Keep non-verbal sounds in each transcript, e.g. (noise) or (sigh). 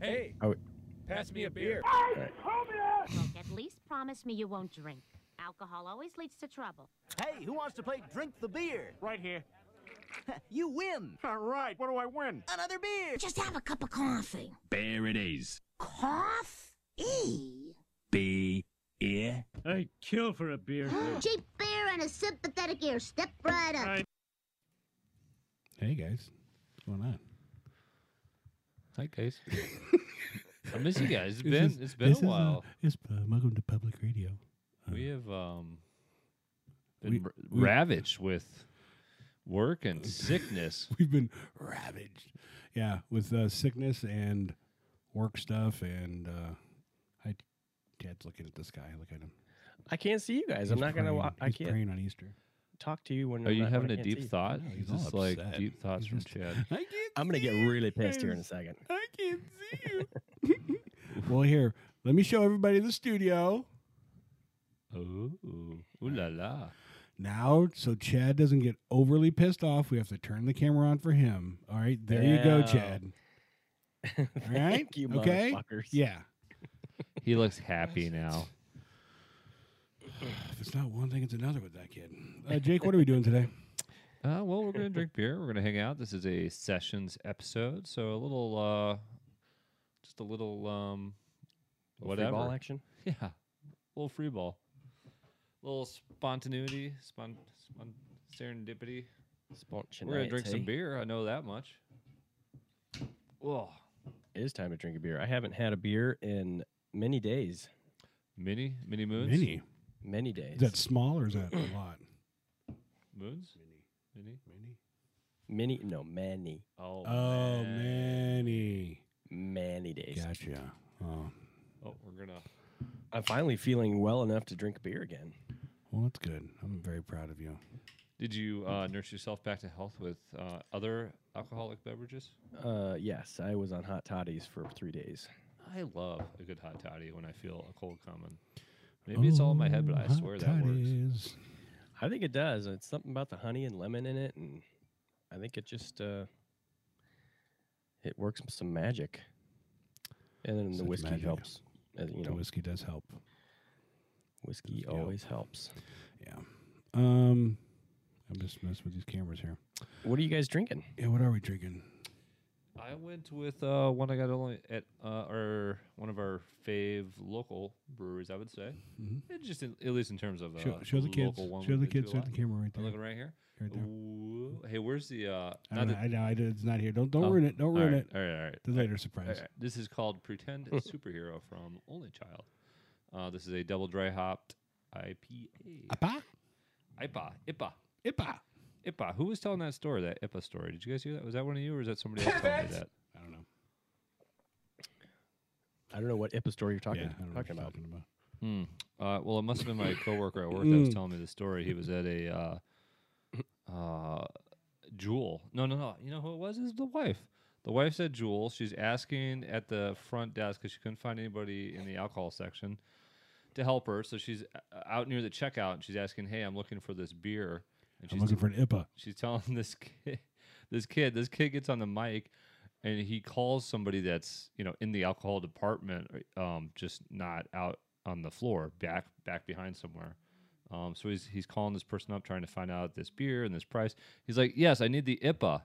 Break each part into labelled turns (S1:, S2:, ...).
S1: Hey,
S2: Oh,
S1: pass me a beer.
S3: Look, at least promise me you won't drink. Alcohol always leads to trouble.
S4: Hey, who wants to play Drink the Beer?
S5: Right here.
S4: (laughs) You win!
S5: All right, what do I win?
S4: Another beer!
S3: Just have a cup of coffee.
S6: Bear it is.
S3: Cough? E.
S6: Be ear.
S2: I'd kill for a beer.
S3: Cheap beer and a sympathetic ear. Step right up.
S7: Hey guys, what's going on?
S8: Hi guys. I miss you guys. It's
S7: This
S8: been
S7: is-
S8: it's been a
S7: this is, uh,
S8: while.
S7: It's uh, welcome to public radio. (laughs) uh,
S8: we have um been
S7: we-
S8: ra-
S7: we-
S8: ravaged with work and sickness.
S7: We've been ravaged, yeah, with uh, sickness and work stuff. And uh, I, Dad's looking at this guy. Look at him.
S2: I can't see you guys.
S7: He's
S2: I'm not gonna. wa-
S7: praying-
S2: I
S7: he's
S2: can't
S7: praying on Easter.
S2: talk to you when.
S8: Are
S2: I'm
S8: you
S2: not- when
S8: having
S2: I (laughs)
S8: a
S2: can't
S8: deep
S2: see.
S8: thought?
S7: No, he's
S8: Is
S7: all
S8: this like
S7: upset.
S8: deep thoughts
S7: He's
S8: from
S7: just-
S8: Chad?
S7: I can't.
S2: I'm gonna get really pissed here in a
S7: second.
S2: second.
S7: I can't see you.
S2: (laughs)
S7: well, here, let me show everybody the studio
S8: Oh,
S7: (laughs)
S8: ooh la la.
S7: now, so Chad doesn't get overly pissed off. We have to turn the camera on for him. All right, there you go,
S2: Yeah. (laughs)
S7: Chad.
S2: Thank
S7: right,
S2: (laughs) you,
S7: okay,
S2: motherfuckers.
S7: Yeah,
S8: He looks happy now.
S7: if it's not one thing, it's another with that kid. Uh, Jake, what are we doing today?
S8: Uh, well,
S7: (laughs)
S8: we're gonna drink beer. We're gonna hang out. This is a sessions episode, so a little, uh, just a little, um,
S2: Little free
S8: whatever.
S2: Ball action.
S8: (laughs) Yeah, a little free ball, a little spontaneity, spon, spon serendipity.
S2: Spontaneity.
S8: We're gonna drink some beer. I know that much. Oh,
S2: It is time to drink a beer. I haven't had a beer in many days.
S8: mini mini moons.
S7: Mini.
S2: Many days.
S7: Is that small or is that a lot?
S8: moons. Mini.
S7: Mini.
S2: many. No, many,
S8: Oh,
S7: Oh,
S8: man.
S7: many.
S2: many days.
S7: Gotcha. Oh,
S8: Oh, we're gonna.
S2: I'm finally feeling well enough to drink beer again.
S7: well, that's good. I'm very proud of you.
S8: Did you uh, nurse yourself back to health with uh, other alcoholic beverages?
S2: Uh, yes, I was on hot toddies for three days.
S8: I love a good hot toddy when I feel a cold coming. Maybe it's all in my head, but I
S7: Oh,
S8: swear
S7: hot
S8: that works.
S7: toddies.
S2: I think it does. It's something about the honey and lemon in it, and I think it just uh, it works m- some magic. And then the
S7: Such
S2: whiskey
S7: magic.
S2: helps. Uh, you
S7: The
S2: know,
S7: whiskey does help.
S2: whiskey
S7: Yep.
S2: always helps.
S7: Yeah. Um, I'm just messing with these cameras here.
S2: What are you guys drinking?
S7: Yeah, what are we drinking?
S8: I went with uh, one I got only at uh, our one of our fave local breweries. I would say,
S7: Mhm.
S8: It just in, at least in terms of uh,
S7: Show, show the kids.
S8: local one
S7: Show
S8: we've
S7: the
S8: been to
S7: kids.
S8: a
S7: Show
S8: lot.
S7: the camera right
S8: I'm
S7: there.
S8: looking right here.
S7: Right there.
S8: Ooh. Hey, where's the?
S7: I,
S8: Uh, not
S7: don't know,
S8: that-
S7: I know. I did, it's not here. Don't don't
S8: Oh,
S7: ruin it. Don't
S8: all
S7: ruin
S8: right,
S7: it.
S8: All right, all right.
S7: The later
S8: All
S7: surprise.
S8: right, This is
S7: (laughs)
S8: called Pretend Superhero from Only Child. Uh, this is a double dry hopped IPA.
S7: Apa?
S8: IPA. IPA.
S7: Ipa.
S8: IPA. Who was telling that story, that IPA story? Did you guys hear that? Was that one of you or was that somebody else telling me that?
S7: I don't know.
S2: I don't know what IPA story you're talking
S7: yeah, I don't know what
S2: talking
S7: you're
S2: about.
S7: talking about.
S8: Hmm. Uh, well, it must have been my coworker at work that was
S7: Mm.
S8: telling me the story. He was at a uh, uh, Jewel. No, no, no. You know who it was? It was the wife. The wife's at Jewel. She's asking at the front desk because she couldn't find anybody in the alcohol section to help her. So she's uh, out near the checkout and she's asking, "Hey, I'm looking for this beer." And
S7: I'm
S8: she's
S7: looking for an Ipa.
S8: She's telling (laughs) this kid, this kid, this kid gets on the mic, and he calls somebody that's you know in the alcohol department, um, just not out on the floor, back back behind somewhere. Um, so he's he's calling this person up, trying to find out this beer and this price. He's like, "Yes, I need the IPA."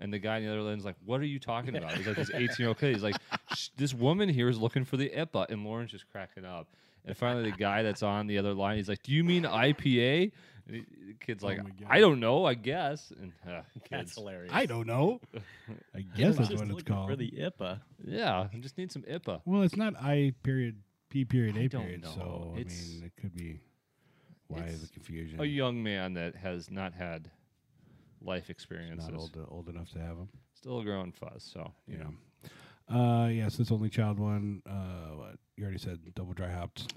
S8: And the guy on the other end is like, "What are you talking about?" He's like this eighteen-year-old kid. He's like, "Sh- "This woman here is looking for the IPA," and Lauren's just cracking up. And finally, the guy that's on the other line, he's like, "Do you mean IPA?" And he, the kid's like,
S7: Oh my God.
S8: "I don't know, I guess." And (laughs) uh,
S2: That's
S8: kids,
S2: hilarious.
S7: I don't know. I guess that's what it's called.
S2: For the IPA.
S8: yeah, I just need some IPA.
S7: Well, it's not I period P period
S8: I
S7: A
S8: don't
S7: period.
S8: know.
S7: So I
S8: It's-
S7: mean, it could be why the
S8: it's-
S7: confusion.
S8: A young man that has not had life experiences,
S7: not old uh, old enough to have them.
S8: still a growing fuzz. So
S7: Yeah. Uh, yes, this only child one. Uh, what you already said, double dry hopped,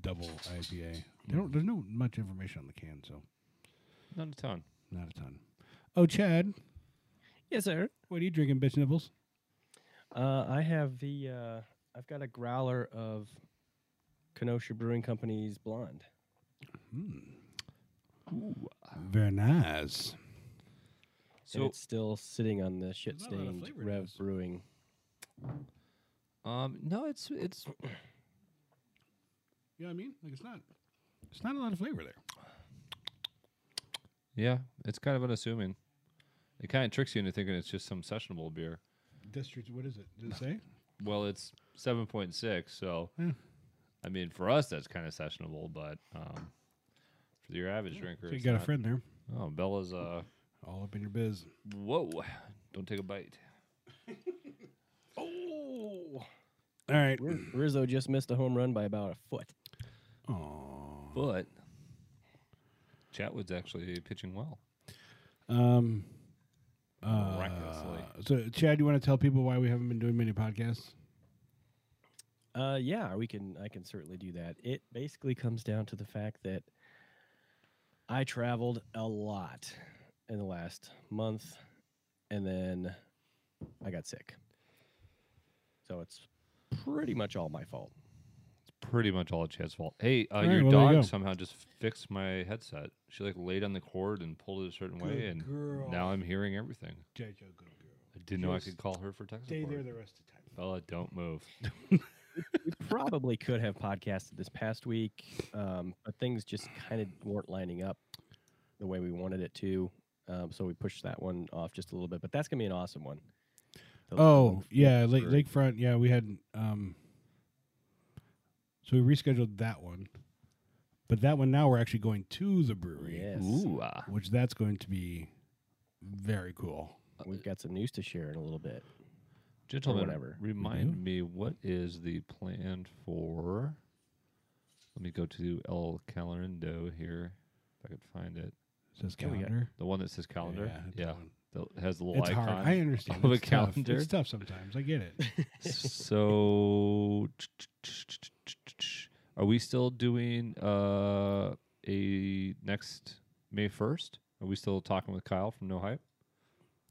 S7: double IPA. They don't, there's no much information on the can, so
S8: not a ton.
S7: not a ton. Oh, Chad,
S2: Yes, sir.
S7: what are you drinking, bitch nibbles?
S2: Uh, I have the. Uh, I've got a growler of Kenosha Brewing Company's Blonde.
S7: Very nice.
S2: So
S8: So
S2: it's still sitting on the shit
S7: not a lot of
S2: stained
S7: flavor to
S2: Rev
S7: this.
S2: Brewing
S8: Um, no, it's it's
S7: You know what I mean? Like it's not, it's not a lot of flavor there.
S8: yeah, it's kind of unassuming. It kind of tricks you into thinking it's just some sessionable beer.
S7: District, what is it? Did it say?
S8: Well, it's seven point six, so
S7: Yeah.
S8: I mean, for us, that's kind of sessionable, but um, for your average
S7: So
S8: drinker,
S7: you
S8: it's
S7: got a
S8: not.
S7: friend there,
S8: Oh, Bella's uh,
S7: all up in your biz.
S8: whoa! Don't take a bite.
S7: Oh! All right.
S2: Ri- Rizzo just missed a home run by about a foot.
S7: Aw.
S8: But Chatwood's actually pitching well.
S7: Um.
S8: Miraculously.
S7: uh, so, Chad, you want to tell people why we haven't been doing many podcasts?
S2: Uh, yeah, we can. I can certainly do that. It basically comes down to the fact that I traveled a lot in the last month, and then I got sick. So it's pretty much all my fault.
S8: pretty much all Chad's fault. Hey, uh,
S7: All right,
S8: your
S7: well, there you
S8: dog
S7: go.
S8: somehow just fixed my headset. She like laid on the cord and pulled it a certain way,
S7: Good
S8: and
S7: girl.
S8: now I'm hearing everything.
S7: JoJo, good girl.
S8: I didn't know I
S7: Just
S8: could call her for text
S7: Stay there
S8: support.
S7: the rest of the time.
S8: Bella, don't move.
S2: We probably could have podcasted this past week, um, but things just kind of weren't lining up the way we wanted it to. Um, so we pushed that one off just a little bit, but that's gonna be an awesome one. The- the one
S7: Oh
S2: f-
S7: yeah, lake,
S2: for-
S7: lakefront. Yeah, we had. um So we rescheduled that one, but that one now we're actually going to the brewery,
S2: Yes,
S8: Ooh, ah.
S7: which that's going to be very cool.
S8: uh,
S2: we've got some news to share in a little bit.
S8: gentlemen,
S2: whatever.
S8: remind
S7: Mm-hmm.
S8: me what is the plan for? Let me go to El Calendando here if I could find
S7: It
S8: it.
S7: says
S2: What do we got?
S7: calendar.
S8: The one that says calendar.
S7: Yeah, it's
S8: Yeah,
S7: one.
S8: that has the little
S7: It's
S8: icon.
S7: hard. I understand.
S8: of a
S7: it's tough.
S8: calendar.
S7: It's tough sometimes. I get
S8: (laughs)
S7: it.
S8: so are we still doing uh a next may 1st are we still talking with kyle from no hype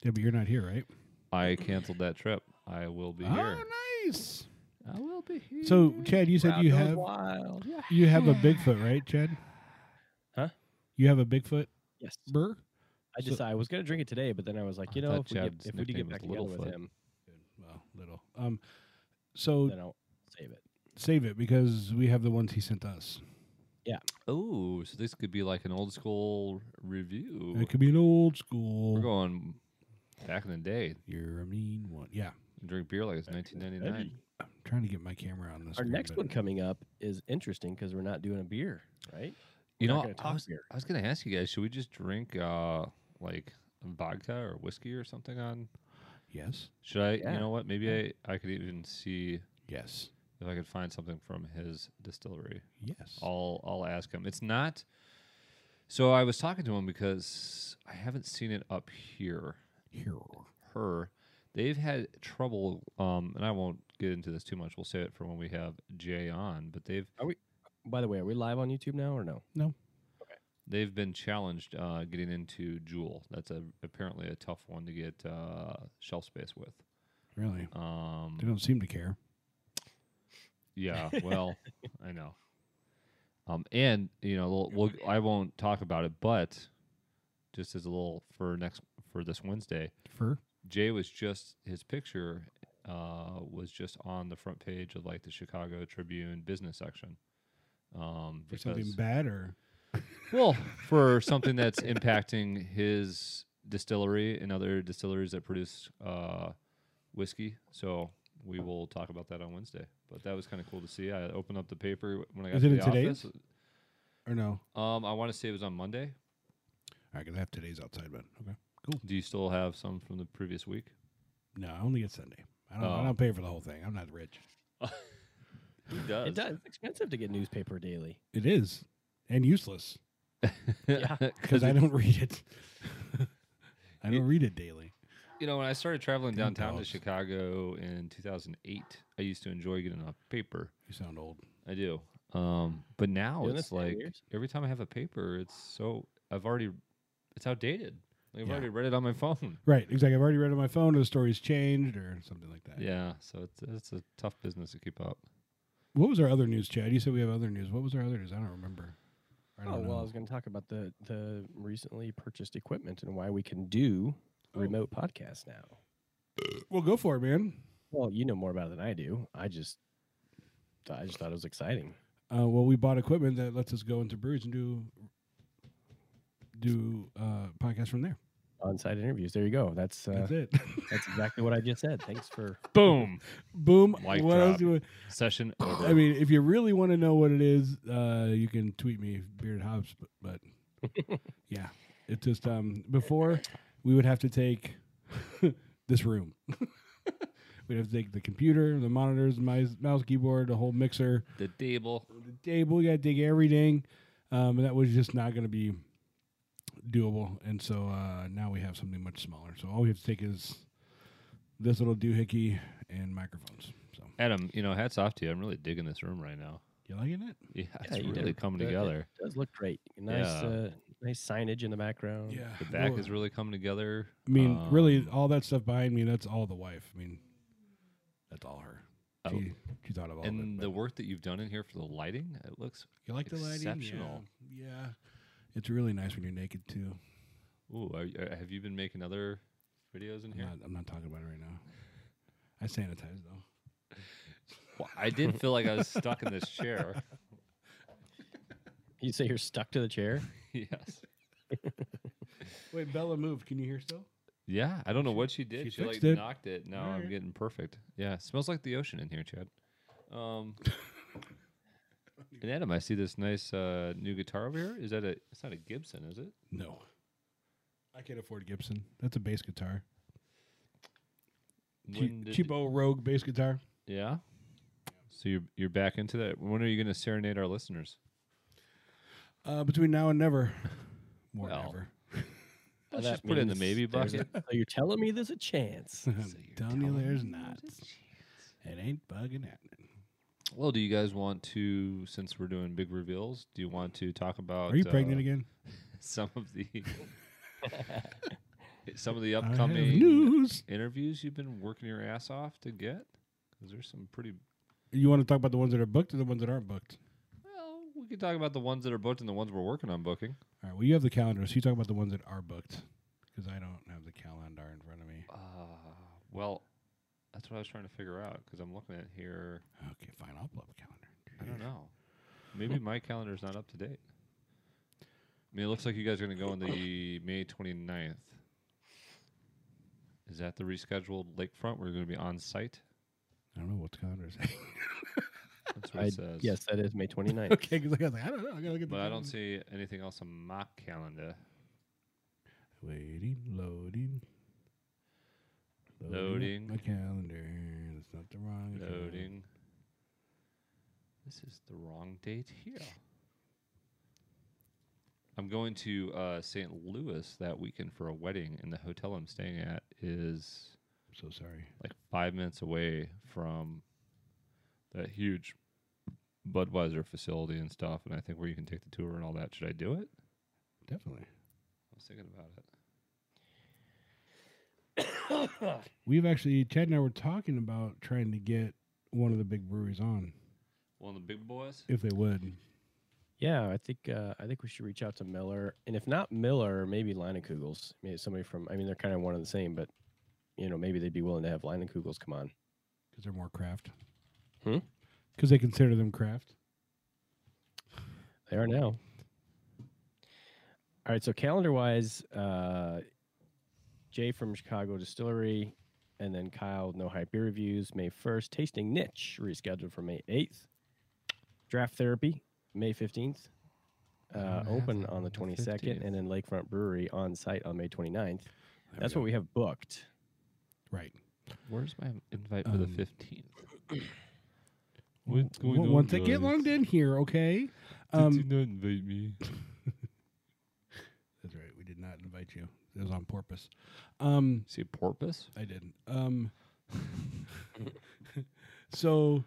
S7: yeah, but you're not here, right?
S8: i canceled that trip i will be here
S7: Oh, nice.
S8: i will be here
S7: So, Chad, you said you have
S2: wild. Yeah.
S7: you have a Bigfoot, right, Chad?
S2: Huh?
S7: You have a Bigfoot
S2: Yes.
S7: burr?
S2: I
S7: So-
S2: just I was gonna drink it today, but then I was like,
S8: I
S2: you know,
S8: thought
S2: if we get,
S8: Chad's
S2: if we do get
S8: nickname
S2: back
S8: was
S2: together with
S8: Littlefoot.
S2: him,
S7: Well, little. Um, so
S2: then I'll save it.
S7: save it because we have the ones he sent us.
S8: oh so this could be like an old school review
S7: It could be an old
S8: we're
S7: school.
S8: going back in the day
S7: You're a mean one. Yeah,
S8: and drink beer like it's 1999
S7: I'm trying to get my camera on this.
S2: Our
S7: screen,
S2: next
S7: but-
S2: one coming up is interesting because we're not doing a beer, right? We're
S8: You know,
S2: not gonna
S8: I
S2: talk
S8: was,
S2: beer.
S8: I was gonna ask you guys, should we just drink uh like vodka or whiskey or something on?
S7: Yes.
S8: Should I?
S2: Yeah.
S8: You know what? Maybe I I could even see
S7: Yes.
S8: if I could find something from his distillery.
S7: Yes.
S8: I'll I'll ask him. It's not. So I was talking to him because I haven't seen it up here.
S7: Here.
S8: Her, they've had trouble. Um, and I won't get into this too much. We'll save it for when we have Jay on. But they've
S2: By the way, are we live on YouTube now or no?
S8: they've been challenged uh, getting into Jewel. That's a, apparently a tough one to get uh, shelf space with.
S7: Really? They
S8: Um,
S7: don't seem to care. (laughs)
S8: yeah, well, I know. Um, and you know, we'll, we'll, I won't talk about it, but just as a little for next for this Wednesday,
S7: Fur.
S8: Jay was just his picture uh, was just on the front page of like the Chicago Tribune business section. Um,
S7: For something
S8: because-
S7: bad or
S8: Well, for something that's impacting his distillery and other distilleries that produce uh, whiskey. So we will talk about that on Wednesday. But that was kind of cool to see. I opened up the paper when I got
S7: Is
S8: to
S7: it in
S8: the
S7: today's?
S8: office.
S7: or no?
S8: Um, I want to say it was on Monday.
S7: I could have today's outside, but okay, cool.
S8: Do you still have some from the previous week?
S7: No, I only get Sunday. I don't.
S8: Oh.
S7: I don't pay for the whole thing. I'm not rich.
S8: He does. (laughs)
S2: It does. It's expensive to get newspaper daily.
S7: It is, and useless
S2: Yeah.
S7: because (laughs) I don't read it. I don't read it daily.
S8: You know, when I started traveling
S7: Damn
S8: downtown to
S7: dogs.
S8: Chicago in 2008, I used to enjoy getting a paper.
S7: You sound old.
S8: I do. Um, but now
S2: Doing this
S8: it's
S2: for
S8: like
S2: years?
S8: every time I have a paper, it's so I've already it's outdated. Like I've
S7: Yeah.
S8: already read it on my phone.
S7: Right, exactly. I've already read it on my phone, or the story's changed, or something like that.
S8: Yeah, so it's it's a tough business to keep up.
S7: What was our other news, Chad? You said we have other news. What was our other news? I don't remember. I don't
S2: Oh
S7: know.
S2: well, I was going to talk about the the recently purchased equipment and why we can do remote podcasts now.
S7: well, go for it, man.
S2: Well, you know more about it than I do. I just, I just thought it was exciting.
S7: Uh, well, we bought equipment that lets us go into brews and do do uh, podcasts from there.
S2: On-site interviews. There you go. That's uh,
S7: That's
S2: that's,
S7: it.
S8: (laughs)
S2: exactly what I just said. Thanks for
S8: Boom.
S7: Boom.
S8: Mic
S7: what else
S8: drop.
S7: do you want?
S8: (laughs) Session over.
S7: I mean, if you really want to know what it is, uh, you can tweet me Bearded Hobbs. But, but
S8: (laughs)
S7: yeah, it just um, before we would have to take (laughs) this room. (laughs) We'd have to take the computer, the monitors, my mouse, keyboard, the whole mixer,
S8: the table.
S7: the table. You got to dig everything, um, and that was just not going to be doable. And so uh, now we have something much smaller. So all we have to take is this little doohickey and microphones. So
S8: Adam, you know, hats off to you. I'm really digging this room right now. (laughs)
S7: you liking it?
S8: Yeah, it's
S2: you
S8: really
S2: did.
S8: coming
S2: That-
S8: together.
S2: It does look great. Nice,
S8: Yeah.
S2: uh, nice signage in the background.
S7: Yeah.
S8: Um, The back
S7: Well,
S8: is really coming together.
S7: I mean, really,
S8: Um,
S7: all that stuff behind me, that's all the wife. I mean, that's all her.
S8: Oh.
S7: She, she thought of all of it.
S8: and the
S7: but-
S8: work that you've done in here for the lighting, it looks.
S7: you like the lighting?
S8: exceptional.
S7: Yeah. yeah. It's really nice when you're naked, too.
S8: Ooh, are, you- are- have you been making other videos in
S7: I'm
S8: here?
S7: not, I'm not talking about it right now. I sanitize, though.
S8: Well, I did feel like I was stuck
S7: (laughs)
S8: in this chair. (laughs)
S2: You say you're stuck to the chair.
S8: yes.
S7: Wait, Bella moved. Can you hear still?
S8: Yeah, I don't know what she did.
S7: she
S8: She, like
S7: fixed it.
S8: knocked it. Now I'm
S7: Alright.
S8: getting perfect. Yeah, it smells like the ocean in here, Chad. Um,
S7: (laughs)
S8: and Adam, I see this nice uh, new guitar over here. Is that a? It's not a Gibson, is it?
S7: No. I can't afford Gibson. That's a bass guitar.
S8: When
S7: Cheap,
S8: did-
S7: cheapo rogue bass guitar.
S8: Yeah. So you're you're back into that. When are you going to serenade our listeners?
S7: Uh, between now and
S8: (laughs)
S7: never. More
S8: Well,
S7: never.
S8: Let's
S2: Oh, That
S8: just put it in the
S2: means
S8: maybe
S2: there's a-
S8: bucket.
S2: so you're telling me there's a chance.
S7: I'm
S8: So
S7: (laughs)
S8: you're
S7: telling you
S8: telling
S7: there's
S8: me
S7: not.
S8: there's a
S7: It ain't bugging happening.
S8: Well, do you guys want to? Since we're doing big reveals, do you want to talk about?
S7: Are you pregnant
S8: uh,
S7: again?
S8: Some of
S2: (laughs)
S8: the (laughs) some of the
S7: I have
S8: upcoming
S7: news.
S8: interviews you've been working your ass off to get? Because there's some pretty.
S7: You want to talk about the ones that are booked or the ones that aren't booked?
S8: Well, we can talk about the ones that are booked and the ones we're working on booking.
S7: All right. Well, you have the calendar, so you talk about the ones that are booked because I don't have the calendar in front of me.
S8: Uh, well, that's what I was trying to figure out because I'm looking at here.
S7: Okay, fine. I'll pull up a calendar.
S8: I don't know. Maybe my calendar's not up to date. I mean, it looks like you guys are going to go on (coughs) the May 29th. Is that the rescheduled lakefront? We're going to be on site.
S7: I don't know what the calendar is. (laughs)
S8: That's what
S2: I,
S8: it says.
S2: yes, that is May 29th.
S7: okay, because I was like, I don't know. I gotta look at the
S8: But I don't
S7: calendar.
S8: see anything else on my calendar.
S7: Waiting, loading, up
S8: Loading.
S7: My calendar. That's not the wrong.
S8: uh,
S7: account.
S8: Loading. This is the wrong date here. I'm going to uh, St. Louis that weekend for a wedding, and the hotel I'm staying at is
S7: I'm so sorry.
S8: like five minutes away from that huge Budweiser facility and stuff, and I think where you can take the tour and all that. Should I do it?
S7: Definitely.
S8: I was thinking about it.
S7: We've actually Chad and I were talking about trying to get one of the big breweries on
S8: One of the big boys.
S7: if they would.
S2: Yeah, I think uh, I think we should reach out to Miller, and if not Miller, maybe Leinekugels. Maybe somebody from. I mean, they're kind of one and the same, but you know, maybe they'd be willing to have Leinekugels come on.
S7: Because they're more craft.
S2: Hmm?
S7: Because they consider them craft.
S2: They are now. All right, so calendar wise, uh, Jay from Chicago Distillery, and then Kyle No Hype Beer Reviews May first. Tasting Niche rescheduled for May eighth. Draft Therapy May fifteenth.
S7: Oh,
S2: Uh,
S8: that's
S2: open
S8: on
S2: on the
S8: the
S2: 22nd
S8: 15th.
S2: and then Lakefront Brewery on site on May 29th.
S7: There
S2: That's
S7: go.
S2: what we have booked.
S7: Right.
S8: Where's my invite for the
S7: Um,
S8: 15th?
S7: Well, well, once I get logged in here, okay. Um,
S8: not invite me?
S7: that's right. We did not invite you. It was on purpose. Um,
S8: See porpoise?
S7: I didn't. Um, (laughs) so,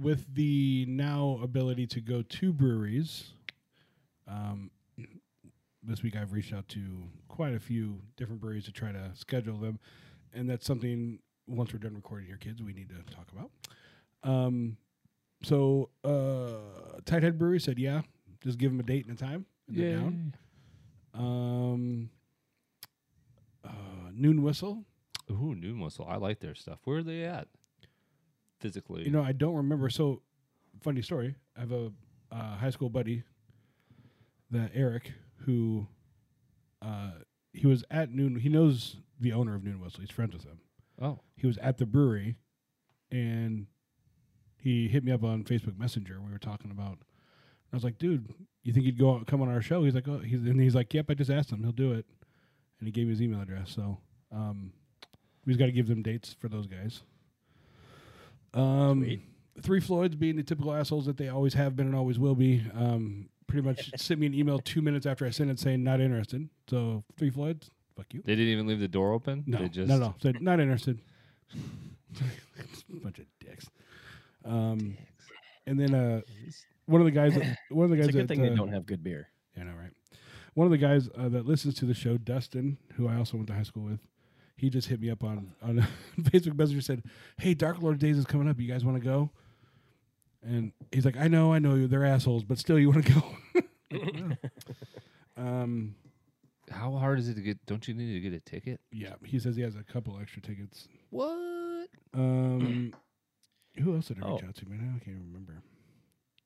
S7: with the now ability to go to breweries, um, this week I've reached out to quite a few different breweries to try to schedule them, and that's something once we're done recording your kids, we need to talk about. Um, so, uh, Tight Head Brewery said, "Yeah, just give them a date and a time, and they're down." Um, uh, Noon Whistle
S8: Ooh, New Muscle. I like their stuff. Where are they at physically?
S7: You know, I don't remember. So, funny story. I have a uh, high school buddy, that Eric, who uh, he was at Noon. He knows the owner of Noon Whistle. He's friends with him.
S8: oh,
S7: He was at the brewery, and he hit me up on Facebook Messenger. We were talking about. I was like, dude, you think he'd go out, come on our show? He's like, oh, he's and he's like, yep, I just asked him, he'll do it, and he gave me his email address. So, um, we just got to give them dates for those guys. Um,
S2: Sweet.
S7: Three Floyds being the typical assholes that they always have been and always will be. Um, pretty much sent me an email two minutes after I sent it saying not interested. So Three Floyds, fuck you.
S8: they didn't even leave the door open.
S7: No,
S8: they just
S7: no, no. Said not interested. (laughs) Bunch of dicks. Um, and then uh, one of the guys,
S2: (laughs)
S7: one of the guys
S2: It's a good
S7: that
S2: thing they
S7: uh,
S2: don't have good beer.
S7: yeah, I know, right? One of the guys uh, that listens to the show, Dustin, who I also went to high school with, he just hit me up on on (laughs) Facebook Messenger said, "Hey, Dark Lord Days is coming up. You guys want to go?" And he's like, "I know, I know you. They're assholes, but still, you want to go?" Like,
S2: (laughs)
S7: "No." (laughs) um,
S8: How hard is it to get? Don't you need to get a ticket?
S7: yeah, he says he has a couple extra tickets.
S8: What?
S7: Um, who else did I reach
S2: Oh.
S7: out to? Man, I can't even remember.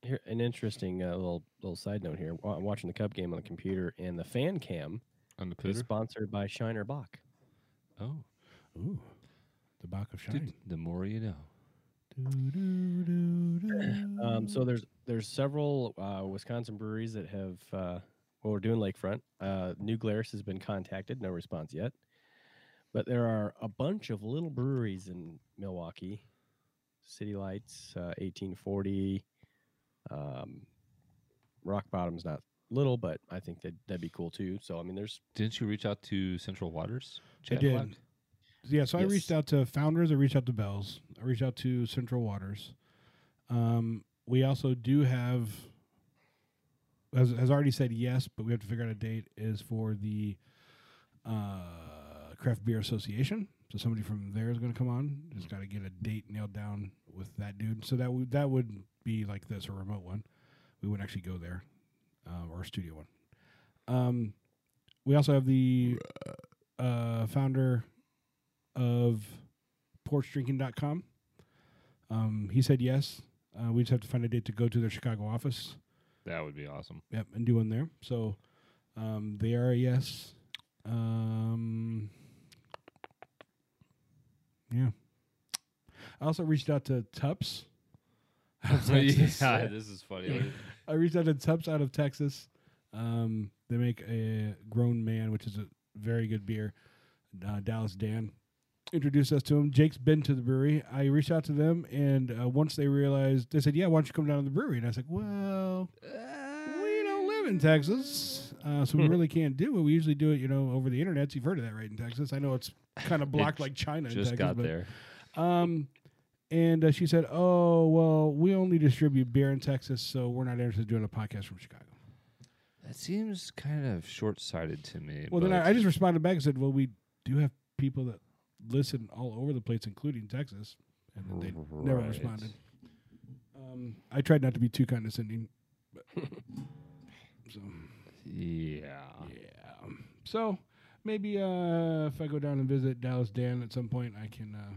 S2: Here, an interesting uh, little little side note here. Wa- I'm watching the Cub game on the computer, and the fan cam
S8: On the
S2: is
S8: pooter?
S2: sponsored by Shiner Bach.
S8: Oh,
S7: Ooh, the Bach of Shine.
S8: dude, the more you know.
S2: Um, so there's there's several uh, Wisconsin breweries that have uh, well we're doing Lakefront. Uh, New Glarus has been contacted, no response yet. But there are a bunch of little breweries in Milwaukee, City Lights, uh, 1840. Um, Rock Bottom's not little, but I think that that'd be cool too. So I mean, there's
S8: Didn't you reach out to Central
S7: I
S8: Waters? Chad
S7: did.
S8: Black?
S7: Yeah, so I reached
S2: Yes.
S7: out to Founders. I reached out to Bells. I reached out to Central Waters. Um, we also do have, has, has already said yes, but we have to figure out a date. Is for the uh, Craft Beer Association. So somebody from there is going to come on. Just got to get a date nailed down with that dude. So that would that would be like this, a remote one. We wouldn't actually go there, uh, or a studio one. Um, we also have the uh, founder of porchdrinking.com. Um, he said yes. Uh, we just have to find a date to go to their Chicago office.
S8: That would
S7: (laughs)
S8: be awesome.
S7: Yep, and do one there. So um, they are a yes. Um, yeah. I also reached out to Tups. out of Texas.
S8: (laughs) yeah, this is
S7: (laughs)
S8: funny.
S7: I reached out to Tups out of Texas. Um, they make a grown man, which is a very good beer. Uh, Dallas Dan introduced us to him. Jake's been to the brewery. I reached out to them, and uh, once they realized, they said, "Yeah, why don't you come down to the brewery?" And I was like, "Well, we don't live in Texas, uh,
S8: Hmm.
S7: so we really can't do it. We usually do it, you know, over the internet. You've heard of that, right? In Texas, I know it's kind of blocked
S8: j-
S7: like China. in
S8: Just
S7: Texas,
S8: got
S7: but-
S8: there.
S7: um, and uh, she said, "Oh well, we only distribute beer in Texas, so we're not interested in doing a podcast from Chicago."
S8: That seems kind of short sighted to me.
S7: Well, then
S8: but
S7: I, I just responded back and said, "Well, we do have people that listen all over the place, including Texas," and then they never
S8: Right.
S7: responded. Um, I tried not to be too condescending, but (laughs) so
S8: Yeah.
S7: (laughs) yeah, so maybe uh, if I go down and visit Dallas Dan at some point, I can uh,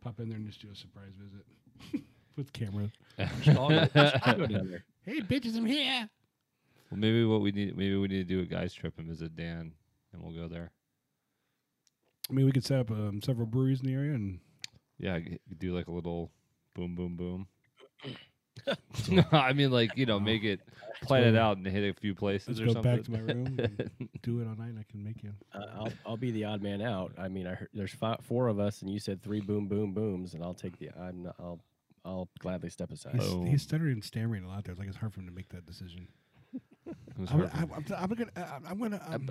S7: pop in there and just do a surprise visit (laughs) with cameras.
S2: down there.
S7: Hey, bitches, I'm here.
S8: Well, maybe what we need, maybe we need to do a guys trip and visit Dan, and we'll go there.
S7: I mean, we could set up um, several breweries in the area, and
S8: Yeah, g- do like a little boom, boom, boom. (laughs) no, I mean like you know, make it plan it
S7: go-
S8: out and hit a few places
S7: let's
S8: or
S7: go
S8: something.
S7: back to my room.
S8: (laughs)
S7: and do it all night. and I can make you.
S2: Uh, I'll, I'll be the odd man out. I mean, I heard there's five, four of us, and you said three boom boom booms, and I'll take the. I'm. Not, I'll. I'll gladly step aside.
S7: He's,
S8: Oh.
S7: he's stuttering and stammering a lot. There, it's like it's hard for him to make that decision.
S8: It was
S7: I'm,
S8: hard for
S7: I'm, I'm, I'm gonna. I'm, I'm gonna. Um,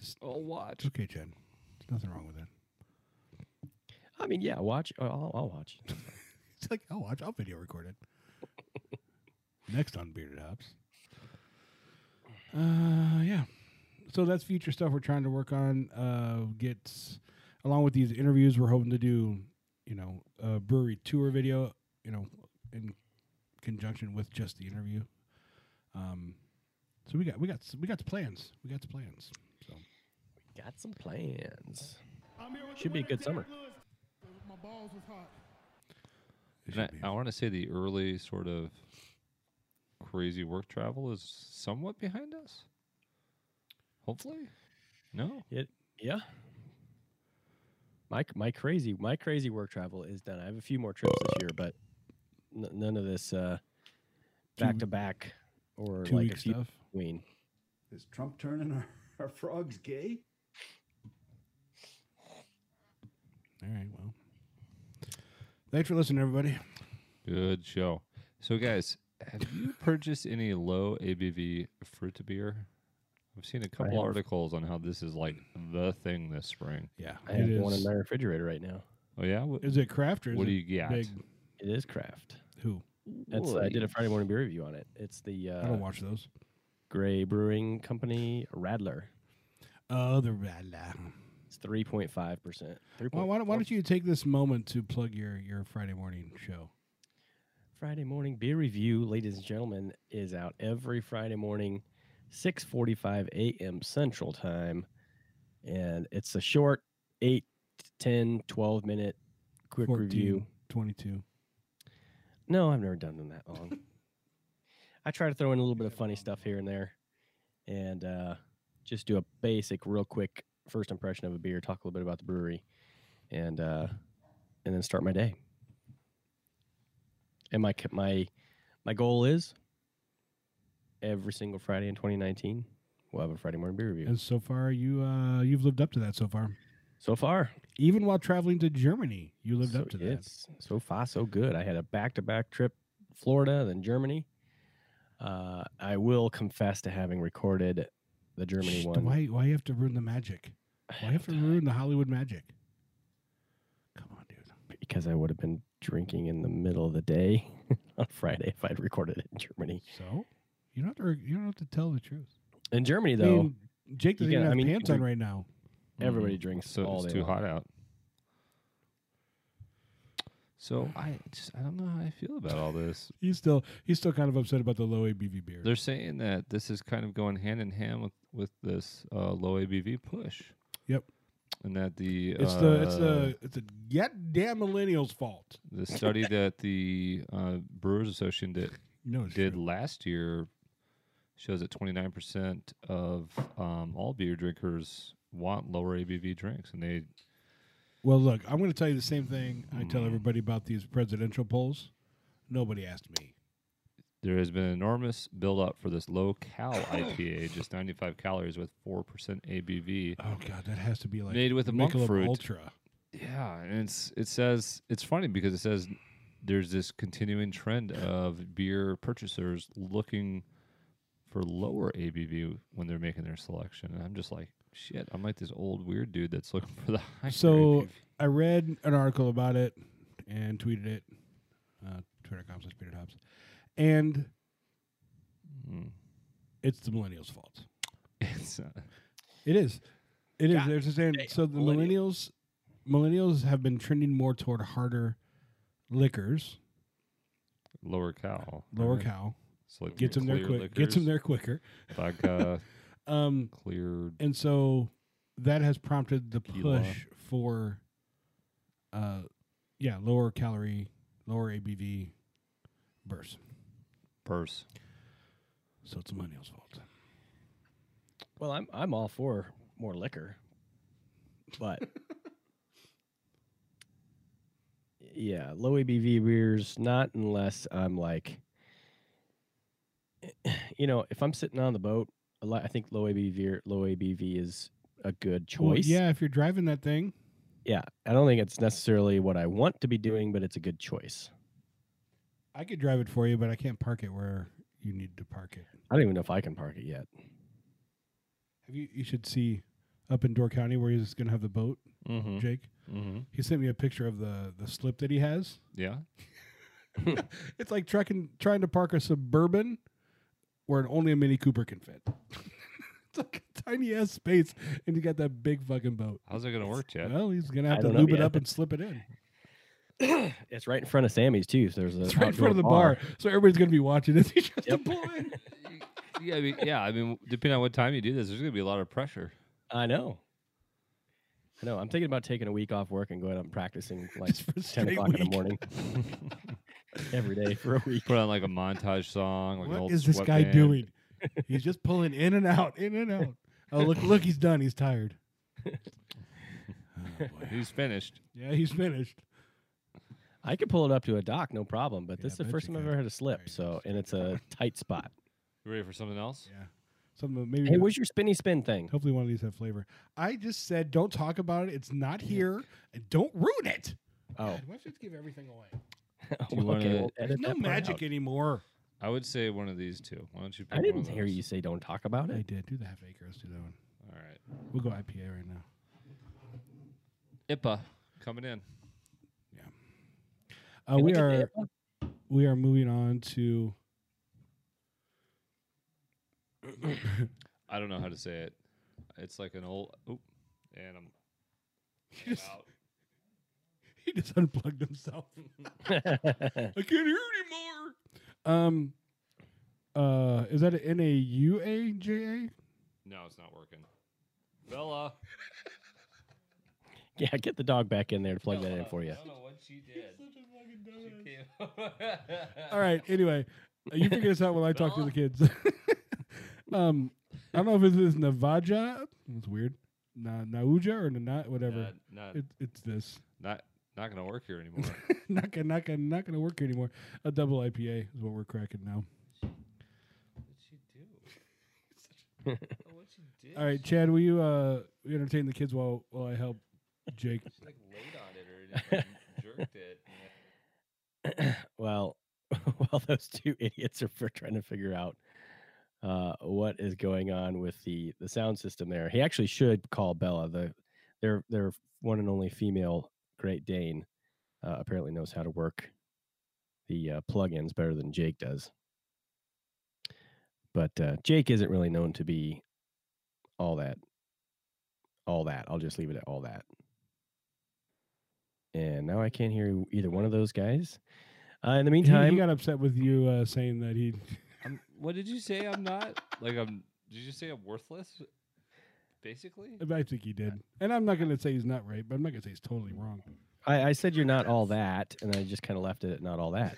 S7: just,
S8: I'll watch.
S7: it's okay, Chad. There's nothing wrong with that.
S2: I mean, yeah, watch. oh, I'll, I'll watch.
S7: (laughs) It's like I'll watch. I'll video record it. (laughs) Next on Bearded Hops. Uh, yeah. So that's future stuff we're trying to work on. Uh, gets along with these interviews, we're hoping to do, you know, a brewery tour video, you know, in conjunction with just the interview. Um, so we got we got s- we got the plans. We got the plans. So
S2: Got some plans. Should be a good summer.
S7: It
S8: And I,
S7: should be.
S8: I want to say the early sort of crazy work travel is somewhat behind us. Hopefully, no.
S2: It, yeah. My my crazy my crazy work travel is done. I have a few more trips this year, but n- none of this uh,
S7: Two
S2: back
S7: wee-
S2: to back or
S7: Two
S2: like
S7: week
S2: a few
S7: stuff.
S2: between.
S1: Is Trump turning our, (laughs) our frogs gay?
S7: All right. Well, thanks for listening, everybody.
S8: Good show. So, guys, have
S7: (laughs)
S8: you purchased any low ABV fruit beer? I've seen a couple
S2: have.
S8: articles on how this is like the thing this spring.
S7: Yeah.
S2: I
S7: it
S2: have one in
S7: is-
S2: my refrigerator right now.
S8: Oh yeah, what,
S7: Is it craft or is
S8: what do
S7: it
S8: you got?
S7: big?
S2: It is craft.
S7: Who?
S2: That's uh, I did a
S8: Wait.
S2: Friday morning beer review on it. It's the
S7: I
S2: uh,
S7: don't watch those.
S2: Gray Brewing Company Radler.
S7: Oh, the Radler.
S2: It's three point five percent.
S7: Why, why, don't- why don't you take this moment to plug your, your Friday morning show?
S2: Friday morning beer review, ladies and gentlemen, is out every Friday morning, six forty-five a.m. Central Time, and it's a short eight, 10, 12 minute quick
S7: 14,
S2: review.
S7: 22.
S2: No, I've never done them that long. I try to throw in a little bit of funny stuff here and there, and uh, just do a basic, real quick first impression of a beer, talk a little bit about the brewery, and uh, and then start my day. And my c- my my goal is every single Friday in 2019 we'll have a Friday morning beer review.
S7: And so far, you uh, you've lived up to that so far.
S2: So far,
S7: Even while traveling to Germany, you lived up to that.
S2: yes. So far, so good. I had a back-to-back trip, Florida, then Germany. Uh, I will confess to having recorded the Germany (sighs)
S7: Shh,
S2: one.
S7: Why why you have to ruin the magic? Why you have to ruin the Hollywood magic? Come on, dude.
S2: Because I would have been drinking in the middle of the day (laughs) on Friday if I'd recorded it in Germany.
S7: So you don't have to re- you don't have to tell the truth.
S2: In Germany,
S7: I
S2: though,
S7: mean, Jake
S2: you can-
S7: doesn't even
S2: I
S7: have
S2: mean, you
S7: pants
S2: can
S7: on right now.
S2: everybody
S8: Mm,
S2: drinks
S8: So
S2: all
S8: it's
S2: day
S8: too
S2: long.
S8: hot out. So I just I don't know how I feel about all this.
S7: He's still he's still kind of upset about the low ABV beer.
S8: They're saying that this is kind of going hand in hand with with this uh, low ABV push.
S7: Yep.
S8: And that the
S7: It's
S8: uh,
S7: the it's the it's the goddamn millennials' fault.
S8: the study that the uh, Brewers Association did,
S7: No, it's
S8: did
S7: true.
S8: last year shows that 29% of um, all beer drinkers want lower ABV drinks, and they
S7: Well, look, I'm going to tell you the same thing I tell
S8: Mm.
S7: everybody about these presidential polls. Nobody asked me.
S8: there has been enormous buildup for this low cal IPA, just 95 calories with 4% ABV.
S7: Oh God, that has to be like
S8: Made with a monk
S7: Michelob
S8: fruit.
S7: Ultra.
S8: Yeah, and it's it says it's funny because it says there's this continuing trend of beer purchasers looking for lower ABV when they're making their selection, and I'm just like, shit, I'm like this old weird dude that's looking for the (laughs) higher.
S7: So
S8: ABV.
S7: I read an article about it and tweeted it. Uh, Twitter.com slash Peter Hobbs. And Hmm.
S8: Mm.
S7: it's the millennials' fault.
S8: it's uh,
S7: It is. It is.
S2: God
S7: There's a saying.
S2: damn,
S7: So the
S2: millennials.
S7: millennials, millennials have been trending more toward harder liquors,
S8: lower cal,
S7: lower
S8: right?
S7: cow,
S8: So like
S7: gets them there
S8: Mm-hmm. clear
S7: quick, gets them
S8: liquors,
S7: there quicker. (laughs)
S8: vodka,
S7: Um,
S8: clear
S7: and so that has prompted the
S8: Tequila.
S7: push for uh yeah lower calorie lower abv bursts
S8: purse.
S7: so it's the millennials fault
S2: Well, I'm I'm all for more liquor, but (laughs) yeah, low ABV beers not unless I'm like, (clears throat) you know, if I'm sitting on the boat, I li- I think low ABV low ABV is a good choice.
S7: Well, yeah if you're driving that thing
S2: yeah. I don't think it's necessarily what I want to be doing, but it's a good choice.
S7: i could drive it for you but i can't park it where you need to park it
S2: I don't even know if I can park it yet. (clears throat)
S7: have you you should see up in door county where he's gonna have the boat
S2: Hmm.
S8: Mm-hmm.
S7: jake
S8: Mm-hmm.
S7: he sent me a picture of the the slip that
S2: (laughs)
S7: he has (laughs)
S8: Yeah.
S7: it's like trekking trying to park a suburban where only a mini cooper can fit (laughs) it's like a tiny ass space and you got that big fucking boat
S8: How's it gonna work, Chad?
S7: well he's gonna
S2: I
S7: have to
S2: don't know
S7: lube it
S2: yet.
S7: up and slip it in
S2: it's right in front of Sammy's too. So there's a
S7: it's right in front of the bar so everybody's gonna be watching as (laughs) he tries to
S2: Yep.
S7: pull
S2: (laughs)
S7: in
S8: yeah, I mean, yeah, I mean, depending on what time you do this, there's gonna be a lot of pressure.
S2: I know. I know. I'm thinking about taking a week off work and going out and (laughs) practicing like
S7: Just for
S2: 10
S7: straight
S2: o'clock in the (laughs)
S7: week.
S2: morning every day for a week.
S8: Put on like a montage song. Like an
S7: What
S8: old
S7: is this guy
S2: (laughs)
S8: sweatband.
S7: doing? He's just pulling in and out, in and out. Oh look, look, he's done.
S2: (laughs)
S7: He's tired. Oh, boy.
S8: He's finished.
S7: Yeah, he's finished.
S2: I could pull it up to a dock, no problem. But
S7: Yeah,
S2: this is
S7: I
S2: the
S7: bet
S2: first
S7: you
S2: time I've
S7: could.
S2: ever had a slip.
S7: Very
S2: So, and it's a tight spot.
S8: You ready for something else?
S7: Yeah, something maybe.
S2: Hey, where's your spinny spin thing?
S7: Hopefully, one of these have flavor. I just said, don't talk about it. It's not here. And don't ruin it.
S2: (laughs) Oh,
S7: Why don't you just give everything away?
S8: you wanna-
S2: okay. We'll edit
S7: There's no
S2: that part
S7: magic
S2: out.
S7: anymore.
S8: I would say one of these two. Why don't you? Pick
S2: I
S8: one
S2: didn't
S8: of
S2: hear
S8: those?
S2: you say don't talk about (laughs)
S7: I
S2: it.
S7: did do the half acre. Let's do that one.
S8: All right.
S7: We'll go IPA right now.
S8: IPA coming in.
S2: Can I
S7: Uh, we
S2: get the (laughs)
S7: are we are moving on (coughs) to
S8: I don't know how to say it. It's like an old. Oh, and
S7: (laughs)
S8: I'm out.
S7: he just unplugged himself.
S2: IPA?
S7: I can't hear anymore. Um, uh, is that N A U A J A?
S8: No, it's not working. Bella.
S2: yeah, get the dog back in there to plug that in
S8: Bella,
S2: for you.
S8: I don't know what she did. She came-
S7: All right. Anyway, uh, you figure this out while I talk to the kids. (laughs) um, I don't know if this is Navaja. It's weird. Na Nauja or Na whatever.
S8: Not, uh, not,
S7: It, it's this. (laughs)
S8: not, not gonna work here anymore.
S7: not gonna not gonna not gonna work anymore. A double IPA is what we're cracking now.
S8: What'd she do? oh, what she did?
S7: All right, Chad, will you uh entertain the kids while while I help Jake?
S8: She like laid on it or just, like,
S2: (laughs)
S8: jerked it. and then-
S2: well, (laughs) while those two idiots are for trying to figure out uh, what is going on with the the sound system there, he actually should call Bella. The their their one and only female Great Dane uh, apparently knows how to work the uh, plugins better than Jake does. But uh, Jake isn't really known to be all that. All that. I'll just leave it at all that. And now I can't hear either one of those guys. Uh, in the
S7: He,
S2: meantime,
S7: he got upset with you uh, saying that he. (laughs)
S8: I'm, what did you say? I'm not like I'm. Did you say I'm worthless? Basically,
S7: (laughs) I think he did, and I'm not gonna say he's not right, but I'm not gonna say he's totally wrong.
S2: I, I said you're not all that, and I just kind of left it at not all that.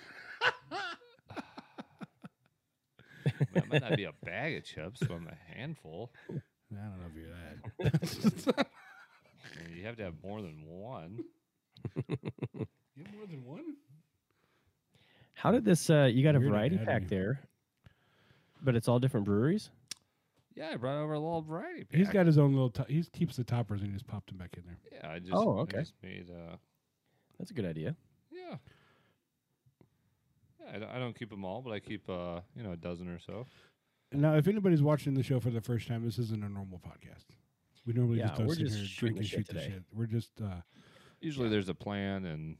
S8: that might not be a bag of chips, but I'm a handful.
S7: I don't know if you're
S2: (laughs)
S7: that. (laughs)
S8: I mean, you have to have more than one.
S7: you have more than one.
S2: How did this? Uh, you got a
S7: Weird
S2: variety
S7: anatomy.
S2: pack there, but it's all different breweries.
S8: (laughs) Yeah, I brought over a little variety. Pack.
S7: He's got his own little. To- he keeps the toppers and he just popped them back in there.
S8: Yeah, I just.
S2: Oh,
S8: I
S2: okay.
S8: just made. Uh,
S2: That's a good idea.
S7: (coughs)
S8: yeah. Yeah, I don't, I don't keep them all, but I keep uh, you know a dozen or so.
S7: Now, if anybody's watching the show for the first time, this isn't a normal podcast. We normally
S2: Yeah,
S7: just don't
S2: we're
S7: sit
S2: just
S7: here and
S2: shooting
S7: drink
S2: the
S7: and
S2: shit
S7: shoot the
S2: today.
S7: shit. We're just uh, (laughs)
S8: Usually there's a plan and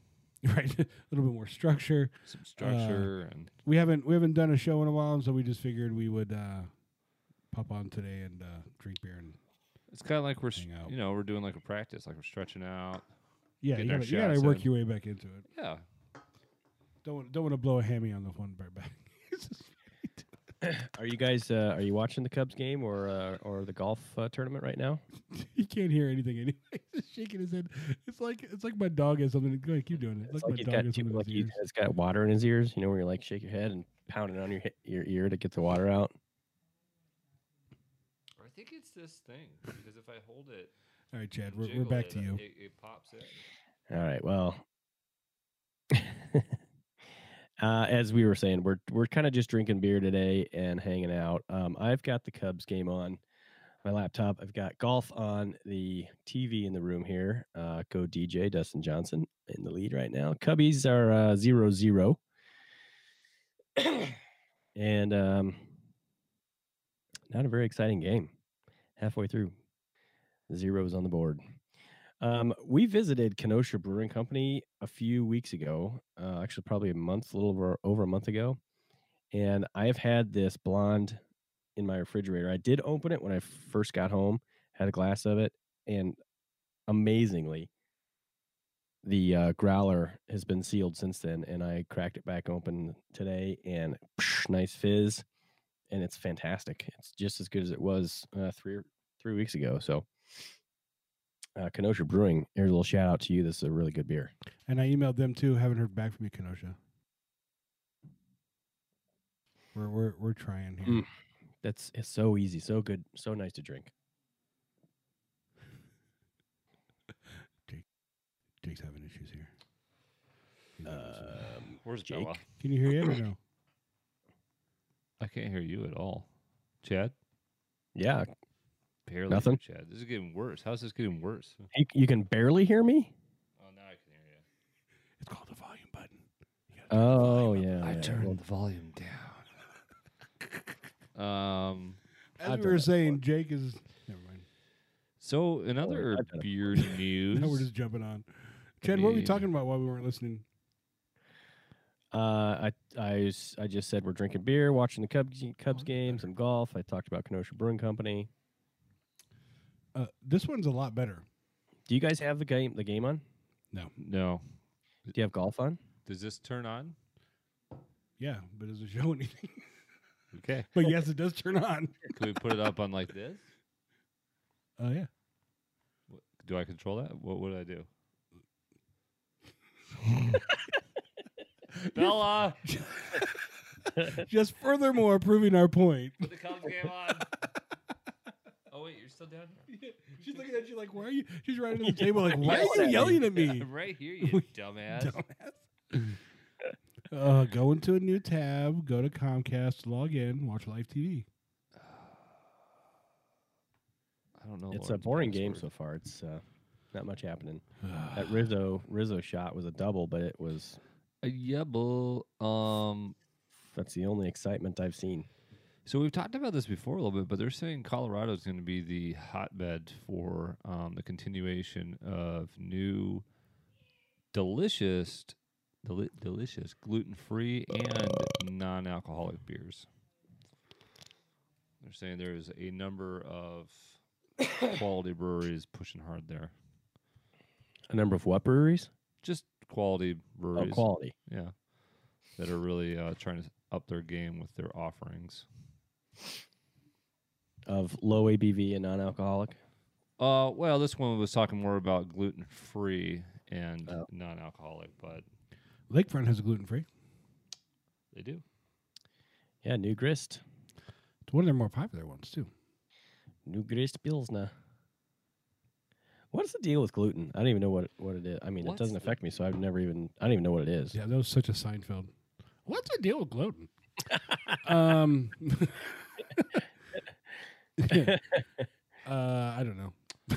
S7: right a little bit more structure.
S8: some structure and
S7: we haven't we haven't done a show in a while, and so we just figured we would uh, pop on today and uh, drink beer and
S8: it's kind of like we're s-
S7: hang out.
S8: you know we're doing like a practice, like we're stretching out.
S7: yeah,
S8: Getting
S7: you
S8: our
S7: gotta, you gotta
S8: shots
S7: work
S8: in.
S7: your way back into it.
S8: Yeah,
S7: Don't want, don't want to blow a hammy on the one right back. (laughs)
S2: Are you guys? Uh, are you watching the Cubs game or uh, or the golf uh, tournament right now?
S7: (laughs) he can't hear anything anyway. (laughs) He's just shaking his head. It's like it's like my dog has something. Go ahead, keep doing it.
S2: It's
S7: It's
S2: like
S7: my
S2: he's
S7: dog
S2: got
S7: has
S2: two,
S7: something in
S2: like
S7: his
S2: he's,
S7: ears.
S2: he's got water in his ears. You know, where you like shake your head and pound it on your he- your ear to get the water out.
S8: Or I think it's this thing because if I hold it,
S7: All right, Chad,
S8: and
S7: we're, we're
S8: jiggle
S7: back
S8: it,
S7: to
S8: uh,
S7: you.
S8: It, it pops in.
S2: All right. Well, (laughs) uh, as we were saying, we're we're kind of just drinking beer today and hanging out. Um, I've got the Cubs game on my laptop. I've got golf on the TV in the room here. Uh, go DJ Dustin Johnson in the lead right now. Cubbies are uh, zero zero, and um, not a very exciting game. Halfway through, zeros on the board. Um, we visited Kenosha Brewing Company a few weeks ago, uh, actually probably a month, a little over, over a month ago, and I have had this blonde in my refrigerator. I did open it when I first got home, had a glass of it, and amazingly, the uh, growler has been sealed since then, and I cracked it back open today, and nice fizz, and it's fantastic. It's just as good as it was uh, three three weeks ago. So uh, Kenosha Brewing. Here's a little shout out to you. This is a really good beer.
S7: And I emailed them too. Haven't heard back from you, Kenosha. We're we're we're trying here.
S2: Mm. That's it's so easy, so good, so nice to drink.
S7: Jake's having issues here. He's having issues.
S2: Um,
S8: Where's
S2: Jake?
S8: Noah?
S7: Can you hear yet or no?
S2: (clears throat)
S8: I can't hear you at all. Chad?
S2: yeah,
S8: Barely.
S2: Nothing.
S8: Chad, this is getting worse. How's this getting worse?
S2: you, you can barely hear me.
S8: Oh, now I can hear you.
S7: It's called the volume button. You gotta turn the
S2: Oh
S7: volume up.
S2: yeah, yeah. Well,
S8: the volume down. (laughs) um.
S2: I've
S7: As we
S2: done
S7: were
S2: that
S7: saying, Jake is. Never mind.
S8: So, another
S2: I've done it
S8: beer (laughs) news.
S7: Now we're just jumping on. Chad, what were we
S8: mean-
S7: talking about while we weren't listening?
S2: Uh, I, I s- I just said we're drinking beer, watching the Cubs Cubs game, some golf. I talked about Kenosha Brewing Company.
S7: Uh, this one's a lot better.
S2: Do you guys have the game the game on?
S8: no.
S2: Do you have golf on?
S8: Does this turn on?
S7: Yeah, but does it show (laughs) anything?
S8: Okay.
S7: but yes, it does turn on.
S8: (laughs) Can we put it up on like this?
S7: Oh yeah.
S8: What- Do I control that? What would I (laughs) do? Bella,
S7: (laughs) Just furthermore proving our point.
S8: put the Cubs game on. Oh wait, you're still down here.
S7: She's looking at you like, why are you? She's right under the table like, why
S2: Yes,
S7: are you
S2: I-
S7: yelling at me?
S8: I'm right here, you (laughs) dumbass.
S7: Dumbass. uh, go into a new tab, go to Comcast, log in, watch live TV.
S8: I don't know.
S2: it's a
S8: Lauren's
S2: boring game so
S8: password.
S2: far. It's uh, not much happening. (sighs) That Rizzo Rizzo shot was a double, but it was
S8: Uh, yeah, bull. Um,
S2: that's the only excitement I've seen.
S8: so we've talked about this before a little bit, but they're saying Colorado is going to be the hotbed for um, the continuation of new, delicious, deli- delicious gluten-free and non-alcoholic beers. They're saying there is a number of (coughs) quality breweries pushing hard there.
S2: A number of what breweries?
S8: Just quality
S2: Oh,
S8: breweries.
S2: quality.
S8: Yeah. That are really uh, trying to up their game with their offerings.
S2: of low ABV and non-alcoholic.
S8: Uh, well, this one was talking more about gluten free and
S2: Oh.
S8: non alcoholic, but
S7: Lakefront has a gluten free.
S8: they do.
S2: Yeah, New Grist,
S7: It's one of their more popular ones too.
S2: New Grist Pilsner. What's the deal with gluten? I don't even know what what it is. I mean,
S8: What's
S2: it doesn't
S8: the-
S2: affect me, so I've never even I don't even know what it is.
S7: Yeah, that was such a Seinfeld. What's the deal with gluten? um, uh, I don't know. (laughs) I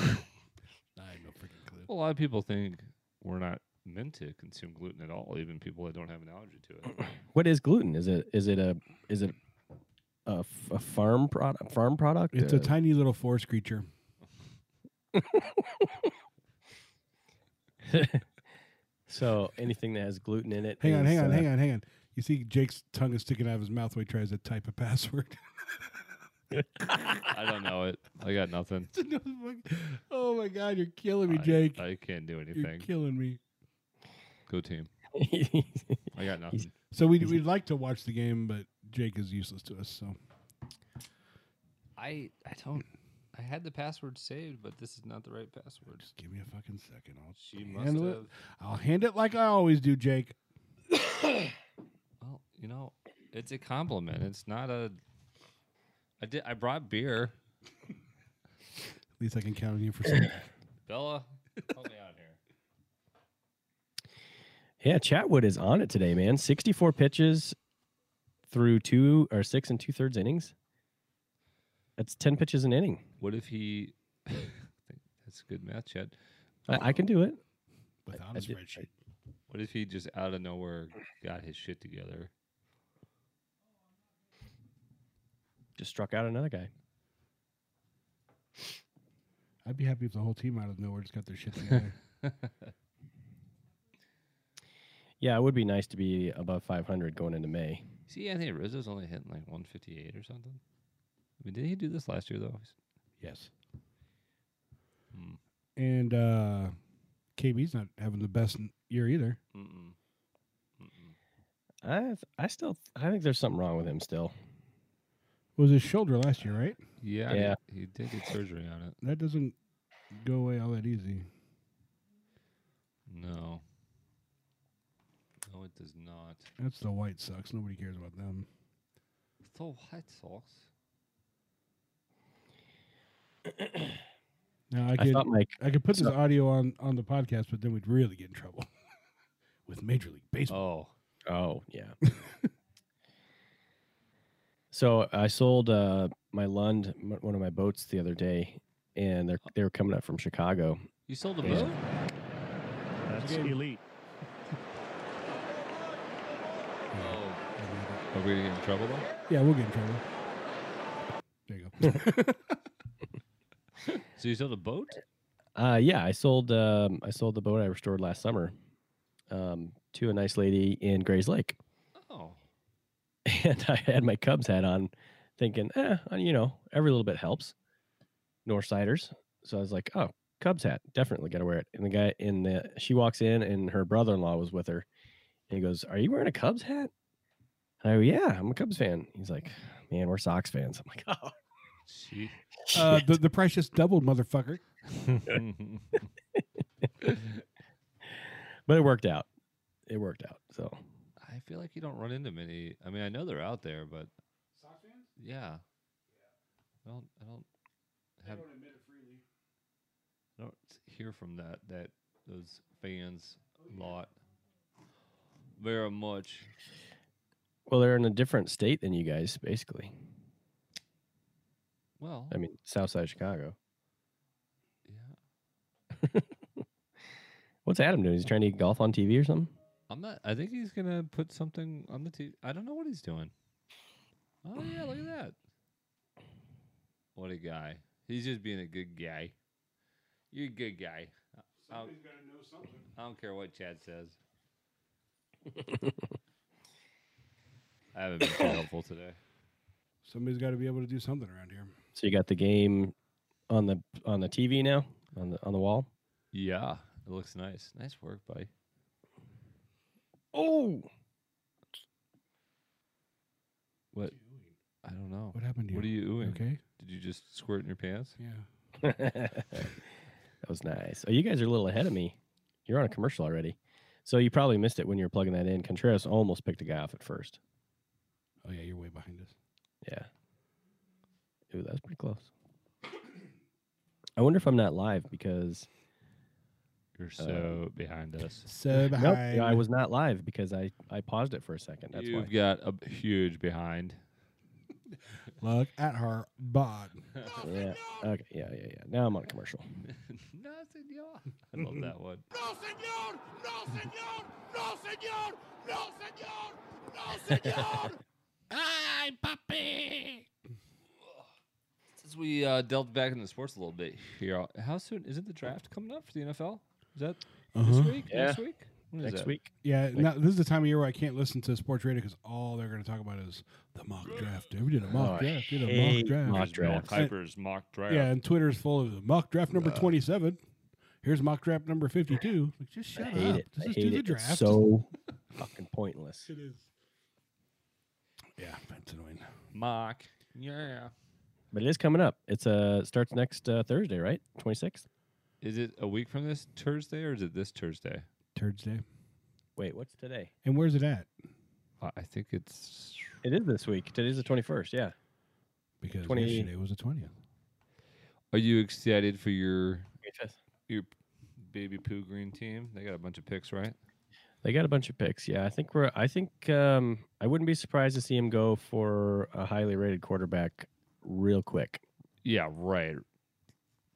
S7: have no freaking clue.
S8: A lot of people think we're not meant to consume gluten at all, even people that don't have an allergy to it.
S2: What is gluten? Is it is it a is it a, f- a farm product? Farm product?
S7: It's
S2: Uh,
S7: a tiny little forest creature.
S2: Uh, (laughs) so anything that has gluten in it.
S7: Hang on,
S2: is,
S7: hang on,
S2: uh,
S7: hang on, hang on. You see Jake's tongue is sticking out of his mouth while he tries to type a password. (laughs)
S8: I don't know it. I got nothing.
S7: It's another fuck- oh my god, you're killing me,
S8: I-
S7: Jake.
S8: I, can't do
S7: you're
S8: anything.
S7: killing me.
S8: Go team.
S2: uh,
S8: I got
S2: He's-
S8: nothing.
S7: So we'd, we'd like to watch the game, but Jake is useless to us. So
S8: (laughs) I I don't. I had the password saved, but this is not the right password.
S7: just give me a fucking second. I'll
S8: She must
S7: handle it.
S8: have.
S7: I'll hand it like I always do, Jake.
S8: Well, you know, it's a compliment. It's not a. I did. I brought beer.
S7: At least I can count on you for (coughs) something.
S8: Bella, help me out here.
S2: (laughs) Yeah, Chatwood is on it today, man. Sixty-four pitches through two or six and two thirds innings. That's ten pitches an inning.
S8: What if he? (laughs) I think That's good math, Chad.
S2: I, I can do it.
S7: Without
S2: I
S7: a
S2: did-
S7: spreadsheet.
S8: What if he just out of nowhere got his shit together? (laughs)
S2: Just struck out another guy.
S7: I'd be happy if the whole team out of nowhere just got their shit (laughs) together.
S2: Yeah, it would be nice to be above five hundred going into May.
S8: See, Anthony Rizzo's only hitting like 158 or something. I mean, did he do this last year though? He's-
S7: yes.
S8: Hmm.
S7: And uh KB's not having the best n- year either.
S8: Mm-mm. Mm-mm.
S2: I I still I think there's something wrong with him still.
S7: It was his shoulder last year, right?
S8: Yeah,
S2: Yeah.
S8: He, he did get surgery on it.
S7: That doesn't go away all that easy.
S8: No. No, it does not.
S7: That's the White Sox. Nobody cares about them.
S8: The White Sox.
S7: Now I
S2: I,
S7: could
S2: thought my
S7: I could put this
S2: so-
S7: audio on on the podcast, but then we'd really get in trouble (laughs) with Major League Baseball.
S8: Oh,
S2: Oh yeah.
S7: (laughs)
S2: so I sold uh, my Lund, m- one of my boats, the other day, and they're they were coming up from Chicago.
S8: you sold a
S2: Yeah.
S8: boat?
S5: That's elite.
S8: Oh. Are we gonna get in trouble
S2: Oh.
S8: though?
S7: Yeah, we'll get in trouble. There (laughs) you go.
S8: So you sold a boat?
S2: Uh, yeah, I sold um, I sold the boat I restored last summer um, to a nice lady in Gray's Lake,
S8: Oh.
S2: (laughs) and I had my Cubs hat on, thinking, eh, uh, you know, every little bit helps. Northsiders, so I was like, oh, Cubs hat, definitely got to wear it. And the guy in the she walks in, and her brother in law was with her, and he goes, "Are you wearing a Cubs hat?" And I go, "Yeah, I'm a Cubs fan." He's like, "Man, we're Sox fans." I'm like, "Oh,
S8: She- (laughs)
S7: uh,
S2: shit."
S7: the the price just doubled, motherfucker.
S2: (laughs) but it worked out. It worked out. So
S8: I feel like you don't run into many. I mean, I know they're out there, but yeah, I don't. I don't have. I don't hear from that that those fans a lot very much.
S2: Well, they're in a different state than you guys, basically.
S8: Well,
S2: I mean, South Side of Chicago.
S8: yeah,
S2: What's Adam doing? He's trying to get golf on TV or something.
S8: I'm not. I think he's gonna put something on the TV. I don't know what he's doing. Oh yeah, look at that. What a guy. He's just being a good guy. You're a good guy. I- I don't- I don't care what Chad says. I haven't been too helpful today.
S7: Somebody's got to be able to do something around here.
S2: So you got the game on the on the TV now on the on the wall.
S8: Yeah, it looks nice. Nice work, buddy.
S2: Oh,
S8: What? I don't know.
S7: What happened to you?
S8: What are you doing?
S7: Okay.
S8: Did you just squirt in your pants?
S7: Yeah.
S2: (laughs) that was nice. Oh, you guys are a little ahead of me. You're on a commercial already, so you probably missed it when you were plugging that in. Contreras almost picked a guy off at first.
S7: Oh yeah, you're way behind us.
S2: Yeah. Ooh, that was pretty close. I wonder if I'm not live because
S8: You're so behind us.
S2: (laughs)
S7: So
S2: nope, yeah, I was not live because I I paused it for a second. That's
S8: (laughs)
S2: why.
S8: You've got a b- huge behind.
S7: Look at her bod.
S2: Yeah. Okay. Yeah. Yeah. Yeah. Now I'm on a commercial.
S8: no, senor. I love that one. (laughs) Hi, puppy. Since we uh, delved back into sports a little bit here, how soon isn't the draft coming up for the NFL? Is that this
S7: Uh-huh.
S8: week?
S2: Yeah.
S8: Next week? When is
S2: Next
S8: that?
S2: week.
S7: Yeah, now, this is the time of year where I can't listen to sports radio because all they're going to talk about is the mock draft. We did a mock
S2: Oh, I
S7: draft. Did a mock
S2: hate
S7: draft.
S2: mock
S8: There's Mel
S2: draft.
S8: Kiper's mock draft.
S7: Yeah, and Twitter's full of mock draft number twenty-seven. Here's mock draft number fifty-two. Like, just shut
S2: I hate
S7: up.
S2: it.
S7: Just,
S2: I
S7: just
S2: hate
S7: do the
S2: it.
S7: draft.
S2: It's
S7: (laughs)
S2: so fucking pointless.
S7: it is. Yeah, that's annoying.
S8: Mock. Yeah.
S2: But it is coming up. It's uh starts next uh, Thursday, right? Twenty sixth.
S8: Is it a week from this Thursday or is it this Thursday?
S7: Thursday.
S2: Wait, what's today?
S7: And where's it at?
S8: I I think it's
S2: It is this week. Today's the twenty first. Yeah.
S7: Because
S2: 20.
S7: yesterday was the twentieth.
S8: Are you excited for your your baby poo green team? They got a bunch of picks, right?
S2: They got a bunch of picks. Yeah, I think we're. I think um, I wouldn't be surprised to see him go for a highly rated quarterback real quick.
S8: Yeah, right.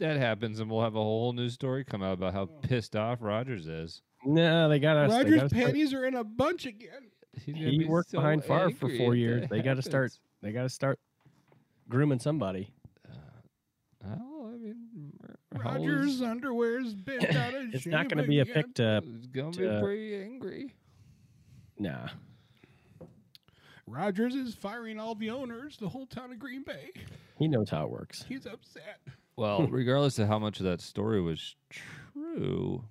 S8: That happens, and we'll have a whole new story come out about how pissed off Rogers is.
S2: No, they got us. they
S7: Rogers'
S2: gotta start-
S7: panties are in a bunch again.
S8: He's gonna
S2: He
S8: be
S2: worked
S8: so
S2: behind Favre for
S8: angry
S2: four
S8: if
S2: years.
S8: that
S2: They got to start.
S8: happens.
S2: They got to start grooming somebody.
S8: Oh, I mean, how old
S7: Rogers'
S8: is-
S7: underwear's (laughs) bent out of shape.
S2: It's not going to be a uh,
S7: again.
S2: pick to.
S8: is gonna be
S2: to-
S8: pretty angry.
S2: Nah.
S7: Rogers is firing all the owners, the whole town of Green Bay. (laughs)
S2: He knows how it works.
S7: He's upset.
S2: (laughs)
S8: Well, regardless of how much of that story was true,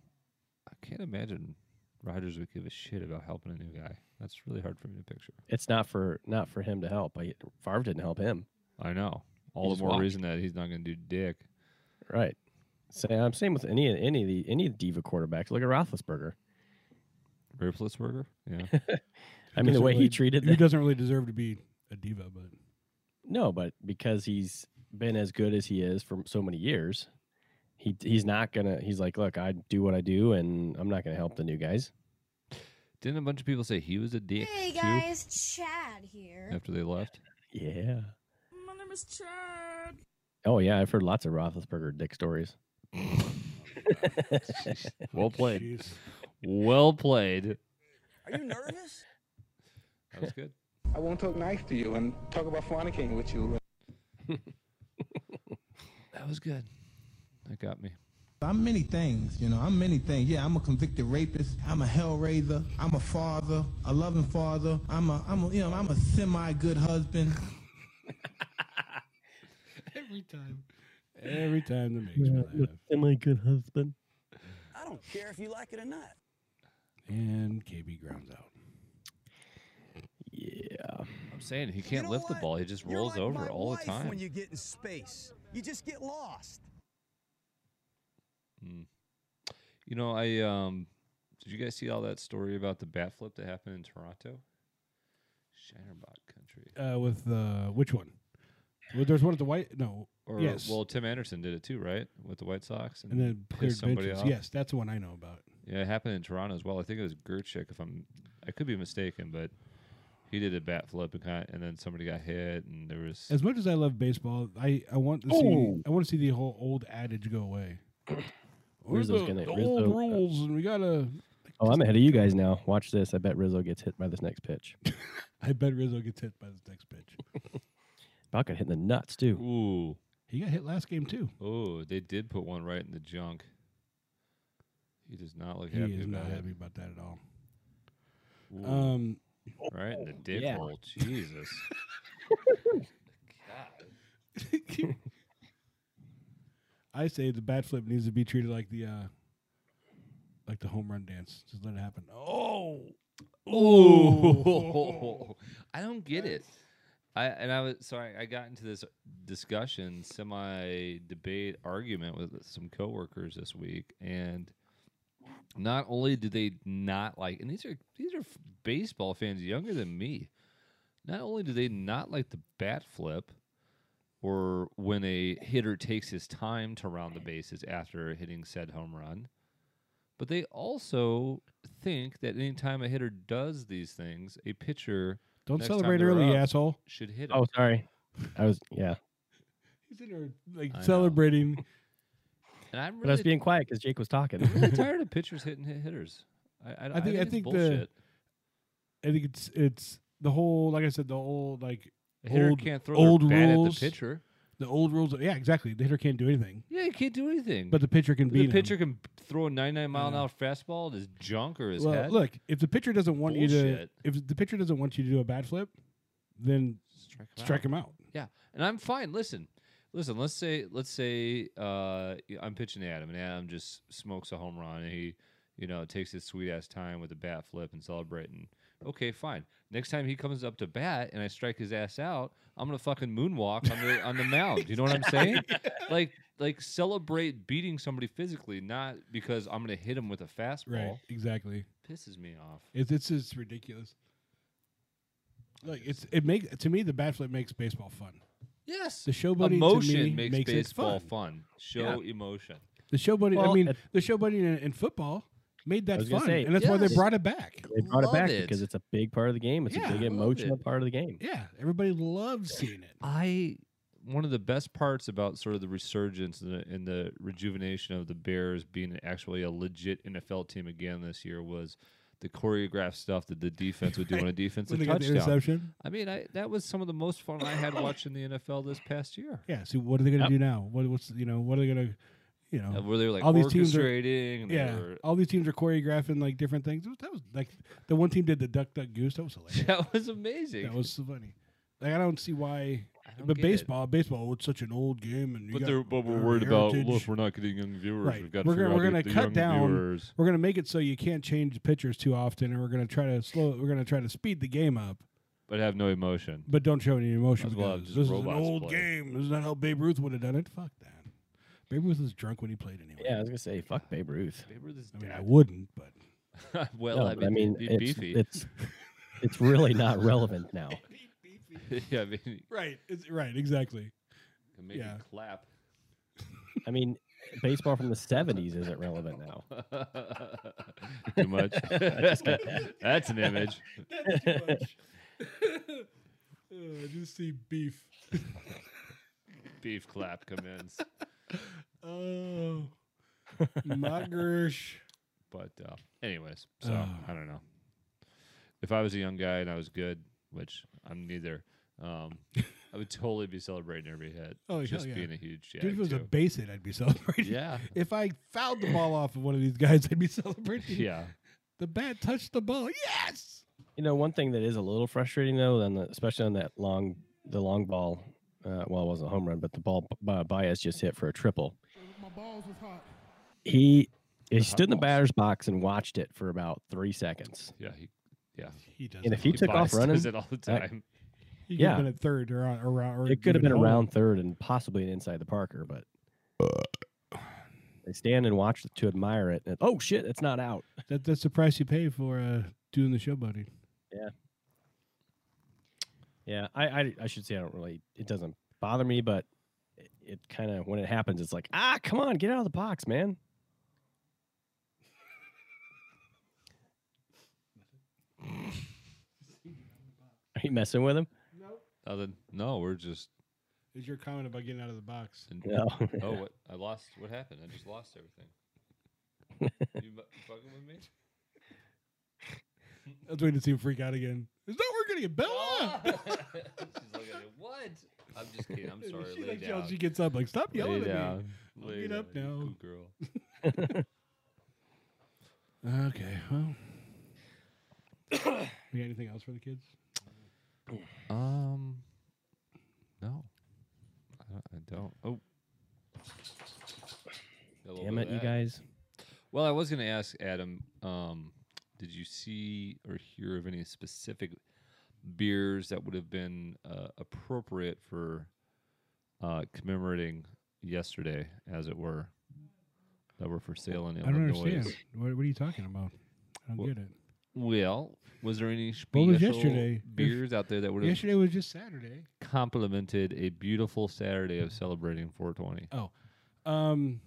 S8: I can't imagine Rogers would give a shit about helping a new guy. That's really hard for me to picture.
S2: It's not for not for him to help. I, Favre didn't help him.
S8: I know. All
S6: just
S8: the more
S6: watch.
S8: reason that he's not going to do dick.
S2: Right. Say I'm same with any any of the any of the diva quarterbacks. Look at Roethlisberger.
S8: Riplesberger? Yeah.
S7: (laughs)
S2: I mean, the way he
S7: Doesn't
S2: treated
S7: really- He
S2: the,
S7: doesn't really deserve to be a diva,
S2: (laughs)
S7: but
S2: no, but because he's been as good as he is for so many years, he he's not gonna. He's like, look, I do what I do, and I'm not gonna help the new guys.
S8: Didn't a bunch of people say he was a dick
S9: Hey
S8: too
S9: guys, Chad here.
S8: after they left?
S2: Yeah.
S9: My name is Chad.
S2: Oh yeah, I've heard lots of Roethlisberger dick stories.
S8: Well played.
S7: jeez.
S8: well played.
S4: Are you nervous?
S8: (laughs) That was good.
S10: I won't talk nice to you and talk about fornicating with you.
S8: That was good. That got me.
S11: I'm many things, you know. I'm many things. Yeah, I'm a convicted rapist. I'm a hellraiser. I'm a father, a loving father. I'm a, I'm a, you know, I'm a semi good husband.
S7: Every time. Every time the makes me laugh.
S2: Am I good husband?
S4: I don't care if you like it or not.
S7: And KB grounds out.
S2: Yeah.
S8: I'm saying he can't
S4: know
S8: lift the
S4: what?
S8: ball. He just
S4: You're
S8: rolls
S4: like
S8: over
S4: my
S8: all
S4: wife
S8: the time.
S4: When you get in space, you just get lost.
S8: You know, I um did you guys see all that story about the bat flip that happened in Toronto? Shinerbot country.
S7: Uh, with uh, which one? Well, there's one at the white. No.
S8: Or
S7: yes.
S8: well, Tim Anderson did it too, right? With the White Sox
S7: and then
S8: pissed
S7: cleared
S8: somebody
S7: benches.
S8: off.
S7: Yes, that's the one I know about.
S8: Yeah, it happened in Toronto as well. I think it was Gerchick if I'm I could be mistaken, but he did a bat flip and kind and then somebody got hit and there was
S7: As much as I love baseball, I, I want to see
S8: Oh.
S7: I want to see the whole old adage go away.
S2: (clears throat)
S7: Where's
S2: Rizzo's
S7: the,
S2: gonna-
S7: the old
S2: Rizzo- uh,
S7: rules? And we gotta. (laughs)
S2: Oh, I'm ahead of you guys now. Watch this. I bet Rizzo gets hit by this next pitch.
S7: I bet Rizzo gets hit by this next pitch.
S2: About got hit in the nuts (laughs) too.
S8: Ooh.
S7: He got hit last game too.
S8: Oh, they did put one right in the junk. He does not look
S7: he
S8: happy
S7: is
S8: about
S7: not
S8: it.
S7: happy about that at all.
S8: Ooh, (laughs)
S7: Um,
S8: right in the dick
S2: yeah.
S8: hole. Jesus.
S7: I say the bat flip needs to be treated like the uh, like the home run dance. Just let it happen. Oh,
S8: Ooh. (laughs) I don't get it. I and I was sorry, I got into this discussion, semi debate argument with some coworkers this week and not only do they not like and these are these are f- baseball fans younger than me. Not only do they not like the bat flip or when a hitter takes his time to round the bases after hitting said home run, but they also think that anytime a hitter does these things, a pitcher
S7: don't
S8: Next time
S7: celebrate
S8: they're
S7: early,
S8: up.
S7: asshole.
S8: should hit him.
S2: Oh, sorry. I was yeah,
S7: He's in there like
S8: I know.
S7: celebrating.
S8: and I'm
S2: but I was
S8: really,
S2: being quiet because Jake was talking.
S7: (laughs)
S8: I'm really tired of pitchers hitting hit hitters. I, I, I think,
S7: think- I
S8: it's
S7: think the-
S8: bullshit.
S7: (laughs) I think it's it's the whole like I said the whole like
S8: A hitter
S7: old-
S8: can't throw
S7: old
S8: their bat
S7: rules.
S8: at the pitcher.
S7: the old rules. Yeah, exactly. The hitter can't do anything,
S8: Yeah, he can't do anything.
S7: but the pitcher can
S8: the
S7: beat
S8: pitcher
S7: Him.
S8: can throw a 99 mile an
S7: Yeah.
S8: hour fastball at his junk or his
S7: well,
S8: head.
S7: look, if the pitcher doesn't want
S8: Bullshit.
S7: you to, if the pitcher doesn't want you to do a bad flip, then
S8: strike him. out.
S7: strike him out.
S8: Yeah, and I'm fine. Listen, listen. Let's say let's say uh, y- I'm pitching to Adam, and Adam just smokes a home run, and he, you know, takes his sweet ass time with a bat flip and celebrating. Okay, fine. Next time he comes up to bat and I strike his ass out, I'm gonna fucking moonwalk on the on the mound. You know what I'm saying? Like like celebrate beating somebody physically, not because I'm gonna hit him with a fastball.
S7: Right, exactly.
S8: Pisses me off.
S7: It's it's just ridiculous. Like it's it make to me the bat flip makes baseball fun.
S8: Yes.
S7: The showboating
S8: Emotion
S7: to me
S8: makes,
S7: makes
S8: baseball
S7: it fun.
S8: fun. Show emotion.
S7: The showboating, I
S2: Well,
S7: mean,
S2: it-
S7: the showboating in, in football made that
S2: was gonna
S7: fun,
S2: say,
S7: and that's why they
S8: yes.
S7: brought it back.
S2: They brought it
S8: Love
S2: back
S8: it.
S2: because it's a big part of the game. It's
S7: Yeah,
S2: a big
S7: I
S8: love
S2: emotional
S8: it.
S2: part of the game.
S7: Yeah, everybody loves seeing it.
S8: I one of the best parts about sort of the resurgence and the, and the rejuvenation of the Bears being actually a legit NFL team again this year was the choreographed stuff that the defense would do on a
S7: (laughs)
S8: defensive
S7: When they got the
S8: touchdown.
S7: interception.
S8: I mean, I, that was some of the most fun I had watching the NFL this past year.
S7: Yeah. So what are they going to do now? What, what's you know what are they going to you know
S8: Uh, Where they were like
S7: all these teams are-
S8: orchestrating. and they
S7: yeah
S8: were- (laughs)
S7: all these teams are choreographing like different things. That was like the one team did the duck duck goose. That was hilarious.
S8: that was amazing.
S7: that was so funny. Like I don't see why.
S8: I don't
S7: But
S8: get it.
S7: baseball, baseball, it's such an old game, and you
S8: But,
S7: got,
S8: they're, but we're
S7: uh,
S8: worried about,
S7: heritage.
S8: look, we're not getting young viewers.
S7: Right.
S8: We've got to
S7: We're
S8: figure
S7: gonna- we're
S8: out
S7: gonna
S8: the
S7: cut
S8: young
S7: down-
S8: viewers.
S7: we're gonna make it so you can't change pitchers too often, and we're gonna try to slow. We're gonna try to speed the game up.
S8: but have no emotion.
S7: But don't show any emotion
S8: Might as well have
S7: because
S8: just
S7: this is an
S8: robots
S7: old
S8: play.
S7: game. This is not how Babe Ruth would have done it. Fuck that. Babe Ruth was drunk when he played anyway.
S2: Yeah, I was gonna say fuck Babe Ruth.
S8: Babe Ruth is
S7: I mean, I
S8: dead.
S7: wouldn't, but
S8: (laughs) well,
S2: No,
S8: I
S2: but
S8: mean, be-
S2: it's,
S8: beefy. (laughs)
S2: it's it's really not relevant now.
S8: (laughs) yeah, I mean, you
S7: right, it's, right, exactly.
S8: can make
S7: Yeah.
S8: it clap. (laughs)
S2: I mean, baseball from the '70s isn't relevant now.
S8: Too (laughs) much.
S2: Just kidding.
S8: That's an image.
S7: That's too much. Uh, I just see beef.
S8: Beef clap commence.
S7: (laughs) Oh, my gersh.
S8: But uh, anyways, so
S7: Ah.
S8: I don't know. If I was a young guy and I was good, which I'm neither, um, I would totally be celebrating every hit.
S7: Oh, hell
S8: just
S7: yeah.
S8: being a huge jag
S7: Dude, if it was a
S8: too.
S7: base hit, I'd be (laughs)
S8: (laughs)
S7: celebrating.
S8: yeah,
S7: If I fouled the ball off of one of these guys, I'd be celebrating.
S8: yeah.
S7: The bat touched the ball. Yes.
S2: You know, one thing that is a little frustrating though, then the, especially on that long the long ball. Uh, well, it wasn't a home run, but the ball uh, Baez just hit for a triple.
S11: My balls was hot.
S2: He he stood in the
S8: balls.
S2: batter's box and watched it for about three seconds.
S8: Yeah, he, yeah.
S7: He does.
S2: And if he took
S8: (laughs)
S2: off
S8: biased
S2: running,
S8: us it all the
S2: that-
S8: time.
S7: he
S2: yeah.
S7: could have been at third or on, around. Or
S2: It could have
S7: even
S2: been
S7: home.
S2: around third and possibly an inside the Parker, but they stand and watch to admire it. And, oh shit, it's not out.
S7: That, that's the price you pay for uh, doing the show, buddy.
S2: Yeah, I, I I should say I don't really. It doesn't bother me, but it, it kind of when it happens, it's like ah, come on, get out of the box, man. Are you messing with him?
S8: Other than- no, we're just.
S7: Is your comment about getting out of the box?
S8: in-
S2: (laughs) No.
S8: (laughs) Oh, what? I lost. What happened? I just lost (laughs) everything. you mu- fucking
S7: (laughs)
S8: with me?
S7: I was waiting to see him freak out again. It's not working again. Bella.
S8: She's (laughs) looking at me, what? I'm just kidding.
S7: (laughs)
S8: I'm sorry.
S7: she,
S8: Lay
S7: like, yells-
S8: down.
S7: she gets up like, stop
S8: Lay
S7: yelling at
S8: down.
S7: I'll
S8: Lay
S7: get up
S8: down, you
S7: now.
S8: good girl.
S7: me. Okay. Well. you got anything else for the kids?
S8: Um, no, I don't. I don't. Oh, Got a little
S2: Damn
S8: bit
S2: it,
S8: of
S2: you
S8: that.
S2: guys!
S8: Well, I was going to ask Adam. Um, did you see or hear of any specific beers that would have been uh, appropriate for uh, commemorating yesterday, as it were, that were for sale in
S7: I don't
S8: Illinois?
S7: understand. What, what are you talking about? I don't
S8: Well,
S7: get it.
S8: Well, was there any
S7: What was
S8: special
S7: yesterday? If-
S8: beers out there that would have
S7: Yesterday was just Saturday.
S8: complemented a beautiful Saturday of celebrating 420?
S7: Oh, um,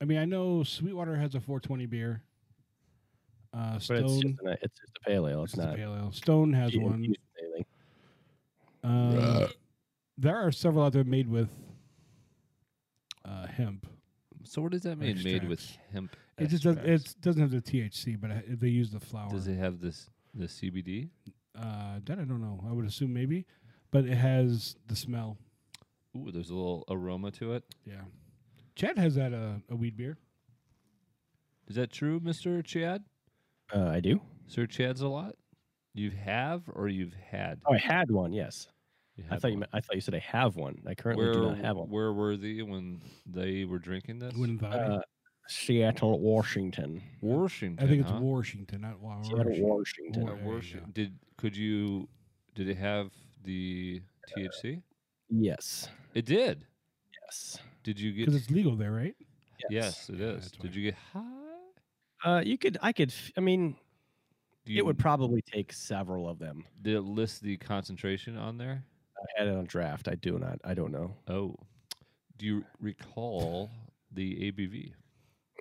S7: I mean, I know Sweetwater has a 420 beer. Uh,
S2: But it's just,
S7: Stone,
S2: an, it's just a pale ale.
S7: it's
S2: It's
S7: a
S2: not
S7: pale ale. Stone has
S2: infused
S7: one.
S2: with anything.
S7: Um, There are several out there made with uh, hemp.
S8: So what does that mean? Made with hemp?
S7: It just doesn't.
S8: extracts?
S7: It doesn't have the THC, but it- they use the flower.
S8: Does it have this the CBD?
S7: Uh, that I don't know. I would assume maybe, but it has the smell.
S8: Ooh, there's a little aroma to it.
S7: Yeah. Chad has that uh, a weed beer.
S8: Is that true, Mister Chad?
S2: Uh, I do.
S8: Sir Chad's a lot. You have or you've had?
S2: Oh, I had one. Yes,
S8: You
S2: I
S8: had
S2: thought you.
S8: one.
S2: meant- I thought you said I have one. I currently
S8: where,
S2: do not have one.
S8: where were they when they were drinking this?
S7: Wouldn't thought.
S2: Uh, Seattle, Washington.
S8: Washington.
S7: I think it's
S2: uh-huh.
S8: huh?
S7: Washington, not Wa-
S2: Seattle,
S7: Washington.
S2: Washington.
S8: Yeah,
S7: War- there you
S8: Washington.
S7: go.
S8: Did could you? Did it have the THC?
S2: Yes.
S8: It did.
S2: Yes.
S8: Did you get?
S7: Because it's legal there, right?
S8: Yes, it
S7: Yeah,
S8: is.
S7: that's
S8: Did
S7: why.
S8: you get high?
S2: Uh, you could. I could. f- I mean,
S8: Do you,
S2: it would probably take several of them.
S8: Did it list the concentration on there?
S2: I had it on draft. I do not. I don't know.
S8: Oh, do you recall the ABV?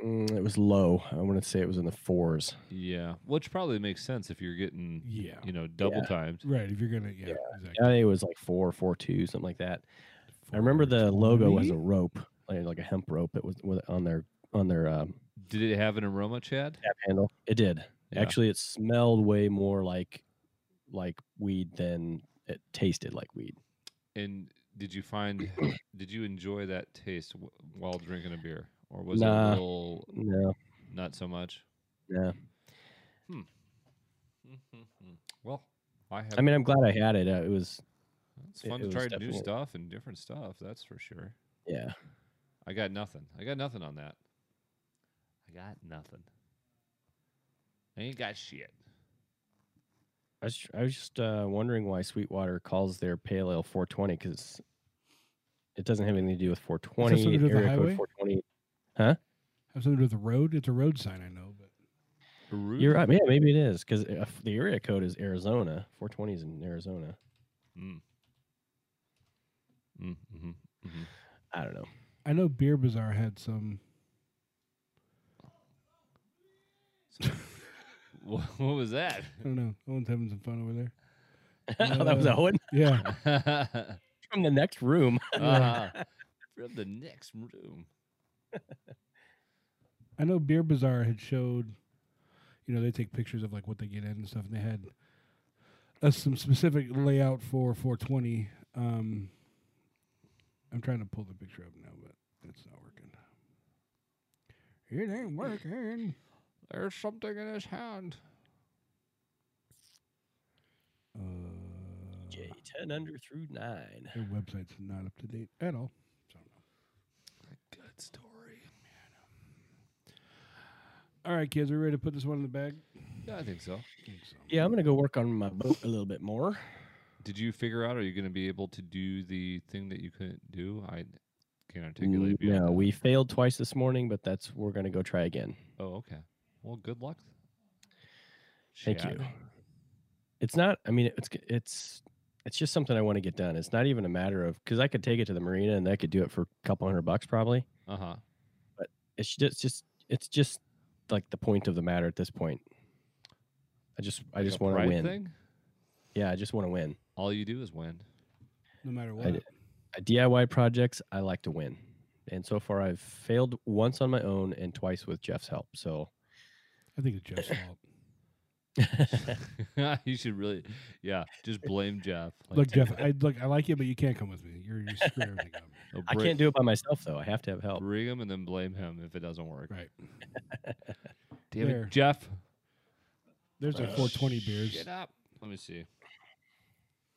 S2: Mm, it was low. I want to say it was in the fours.
S8: Yeah, which probably makes sense if you're getting
S7: Yeah.
S8: you know double
S2: Yeah.
S8: timed.
S7: Right. If you're gonna, yeah, exactly.
S2: I think it was like four, four two, something like that. I remember the logo was a
S7: Forty?
S2: rope, like, like a hemp rope. It was with- on their on their um,
S8: Did it have an aroma, Chad?
S2: tap handle. It did.
S8: Yeah.
S2: Actually, it smelled way more like like weed than it tasted like weed.
S8: And did you find?
S2: (coughs)
S8: did you enjoy that taste w- while drinking a beer, or was it a
S2: Nah.
S8: little
S2: No.
S8: not so much? Hmm.
S2: Yeah.
S8: Well, I have.
S2: I mean, I'm glad I had it. Uh, it was
S8: it's
S2: it-
S8: fun
S2: it
S8: to
S2: was
S8: try new
S2: definitely-
S8: stuff and different stuff. That's for sure.
S2: yeah.
S8: I got nothing. I got nothing on that. I got nothing. I ain't got shit.
S2: I was, I was just uh, wondering why Sweetwater calls their pale ale 420 because it doesn't have anything to do with 420.
S7: something to do with the
S2: area code
S7: highway?
S2: 420. Huh?
S7: Have something to do with the road. It's a road sign, I know. But
S2: You're right. Yeah, maybe it is because the area code is Arizona. 420 is in Arizona.
S8: Mm. Mm, mhm, mhm.
S2: I don't know. (laughs)
S7: I know Beer Bazaar had some.
S8: (laughs) What, what
S2: (laughs)
S8: was that?
S7: I don't know. Owen's having some fun over there.
S2: Oh, (laughs) that was
S7: Uh,
S2: Owen?
S7: Yeah.
S2: (laughs) From the next room.
S8: Ah, from the next room.
S7: I know Beer Bazaar had showed, you know, they take pictures of like what they get in and stuff, and they had uh, some specific layout for 420. Um, I'm trying to pull the picture up now, but it's not working. It ain't working.
S8: There's something in his hand.
S7: Uh,
S2: J 10 under through 9.
S7: their website's not up to date at all.
S8: Good story.
S7: All right, kids, are we ready to put this one in the bag?
S8: Yeah, I think so.
S2: Yeah, I'm going to go work on my boat a little bit more.
S8: Did you figure out? Are you going to be able to do the thing that you couldn't do? I can't articulate. beyond
S2: Mm, No,
S8: that.
S2: we failed twice this morning, but that's we're going to go try again.
S8: Oh, okay. Well, good luck.
S2: Thank
S8: Chad.
S2: you. It's not. I mean, it's it's it's just something I want to get done. It's not even a matter of because I could take it to the marina and I could do it for a couple hundred bucks probably.
S8: Uh huh.
S2: But it's just, it's just it's just like the point of the matter at this point. I just I
S8: Like
S2: just
S8: a
S2: want to
S8: pride
S2: win.
S8: Thing?
S2: Yeah, I just want to win.
S8: All you do is win.
S2: (laughs)
S8: (laughs)
S7: No matter
S2: I
S7: what.
S2: d- I DIY projects, I like to win, and so far I've failed once on my own and twice with Jeff's help. So
S7: I think it's Jeff's
S2: (laughs)
S7: fault.
S8: you should really, yeah, just blame
S2: (laughs)
S8: Jeff.
S7: Look,
S8: take
S7: Jeff, I look, I like you, but you can't come with me. You're you're screwing everything up.
S8: No,
S2: I
S8: bri-
S2: can't do it by myself though. I have to have help.
S8: Bring him and then blame him if it doesn't work.
S7: Right.
S8: (laughs) Damn
S7: There.
S8: it, Jeff.
S7: There's our 420 beers.
S8: Get up. Let me see.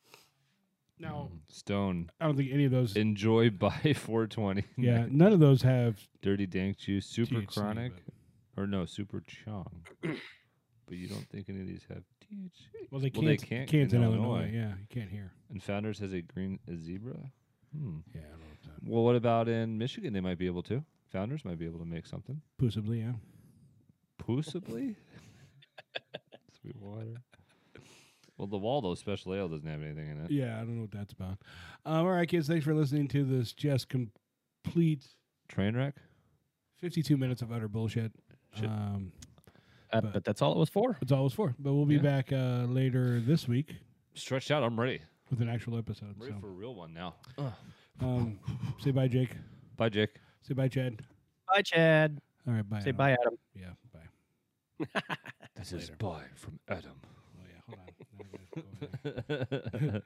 S8: Hmm,
S7: Now,
S8: Stone.
S7: I don't think any of those.
S8: Enjoy (laughs) by 420.
S7: Yeah, none of those have.
S8: (laughs) Dirty Dank Juice. Super
S7: THC,
S8: Chronic. Or no, Super Chong. (coughs) but you don't think any of these have THC.
S7: Well, they can't.
S8: they
S7: can't,
S8: in
S7: in, Illinois. Yeah, you can't hear.
S8: And Founders has a green a zebra. Hmm.
S7: Yeah, I don't know what that.
S8: Well, what about in Michigan? They might be able to. Founders might be able to make something.
S7: Possibly, yeah.
S8: (laughs) Possibly. Sweetwater. Well, the Waldo Special Ale doesn't have anything in it.
S7: Yeah, I don't know what that's about. Um, all right, kids, thanks for listening to this just complete
S8: Train wreck.
S7: 52 minutes of utter bullshit.
S8: Shit.
S7: Um,
S2: Uh,
S7: But-
S2: but that's all it was for.
S7: that's all it was for. But we'll be
S8: Yeah.
S7: back uh, later this week
S8: Stretched out. I'm ready.
S7: with an actual episode.
S8: I'm ready for a real one now.
S7: So, um, say bye, Jake.
S8: Bye, Jake.
S7: Say bye, Chad.
S2: Bye, Chad.
S7: All right, bye.
S2: Say
S7: Adam.
S2: bye, Adam.
S7: Yeah, bye.
S8: This is bye from Adam.
S7: Oh yeah, hold on. (laughs) Now I gotta go in there.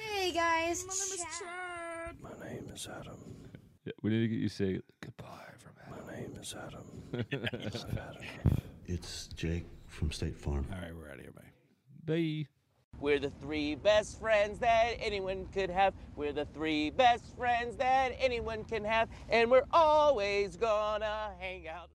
S9: Hey guys. My name is Chad.
S8: Yeah, we need to get you to say goodbye from Adam.
S12: It's Jake from State Farm.
S7: All right, we're out of here. Bye.
S8: Bye.
S13: We're the three best friends that anyone could have. We're the three best friends that anyone can have. And we're always gonna hang out.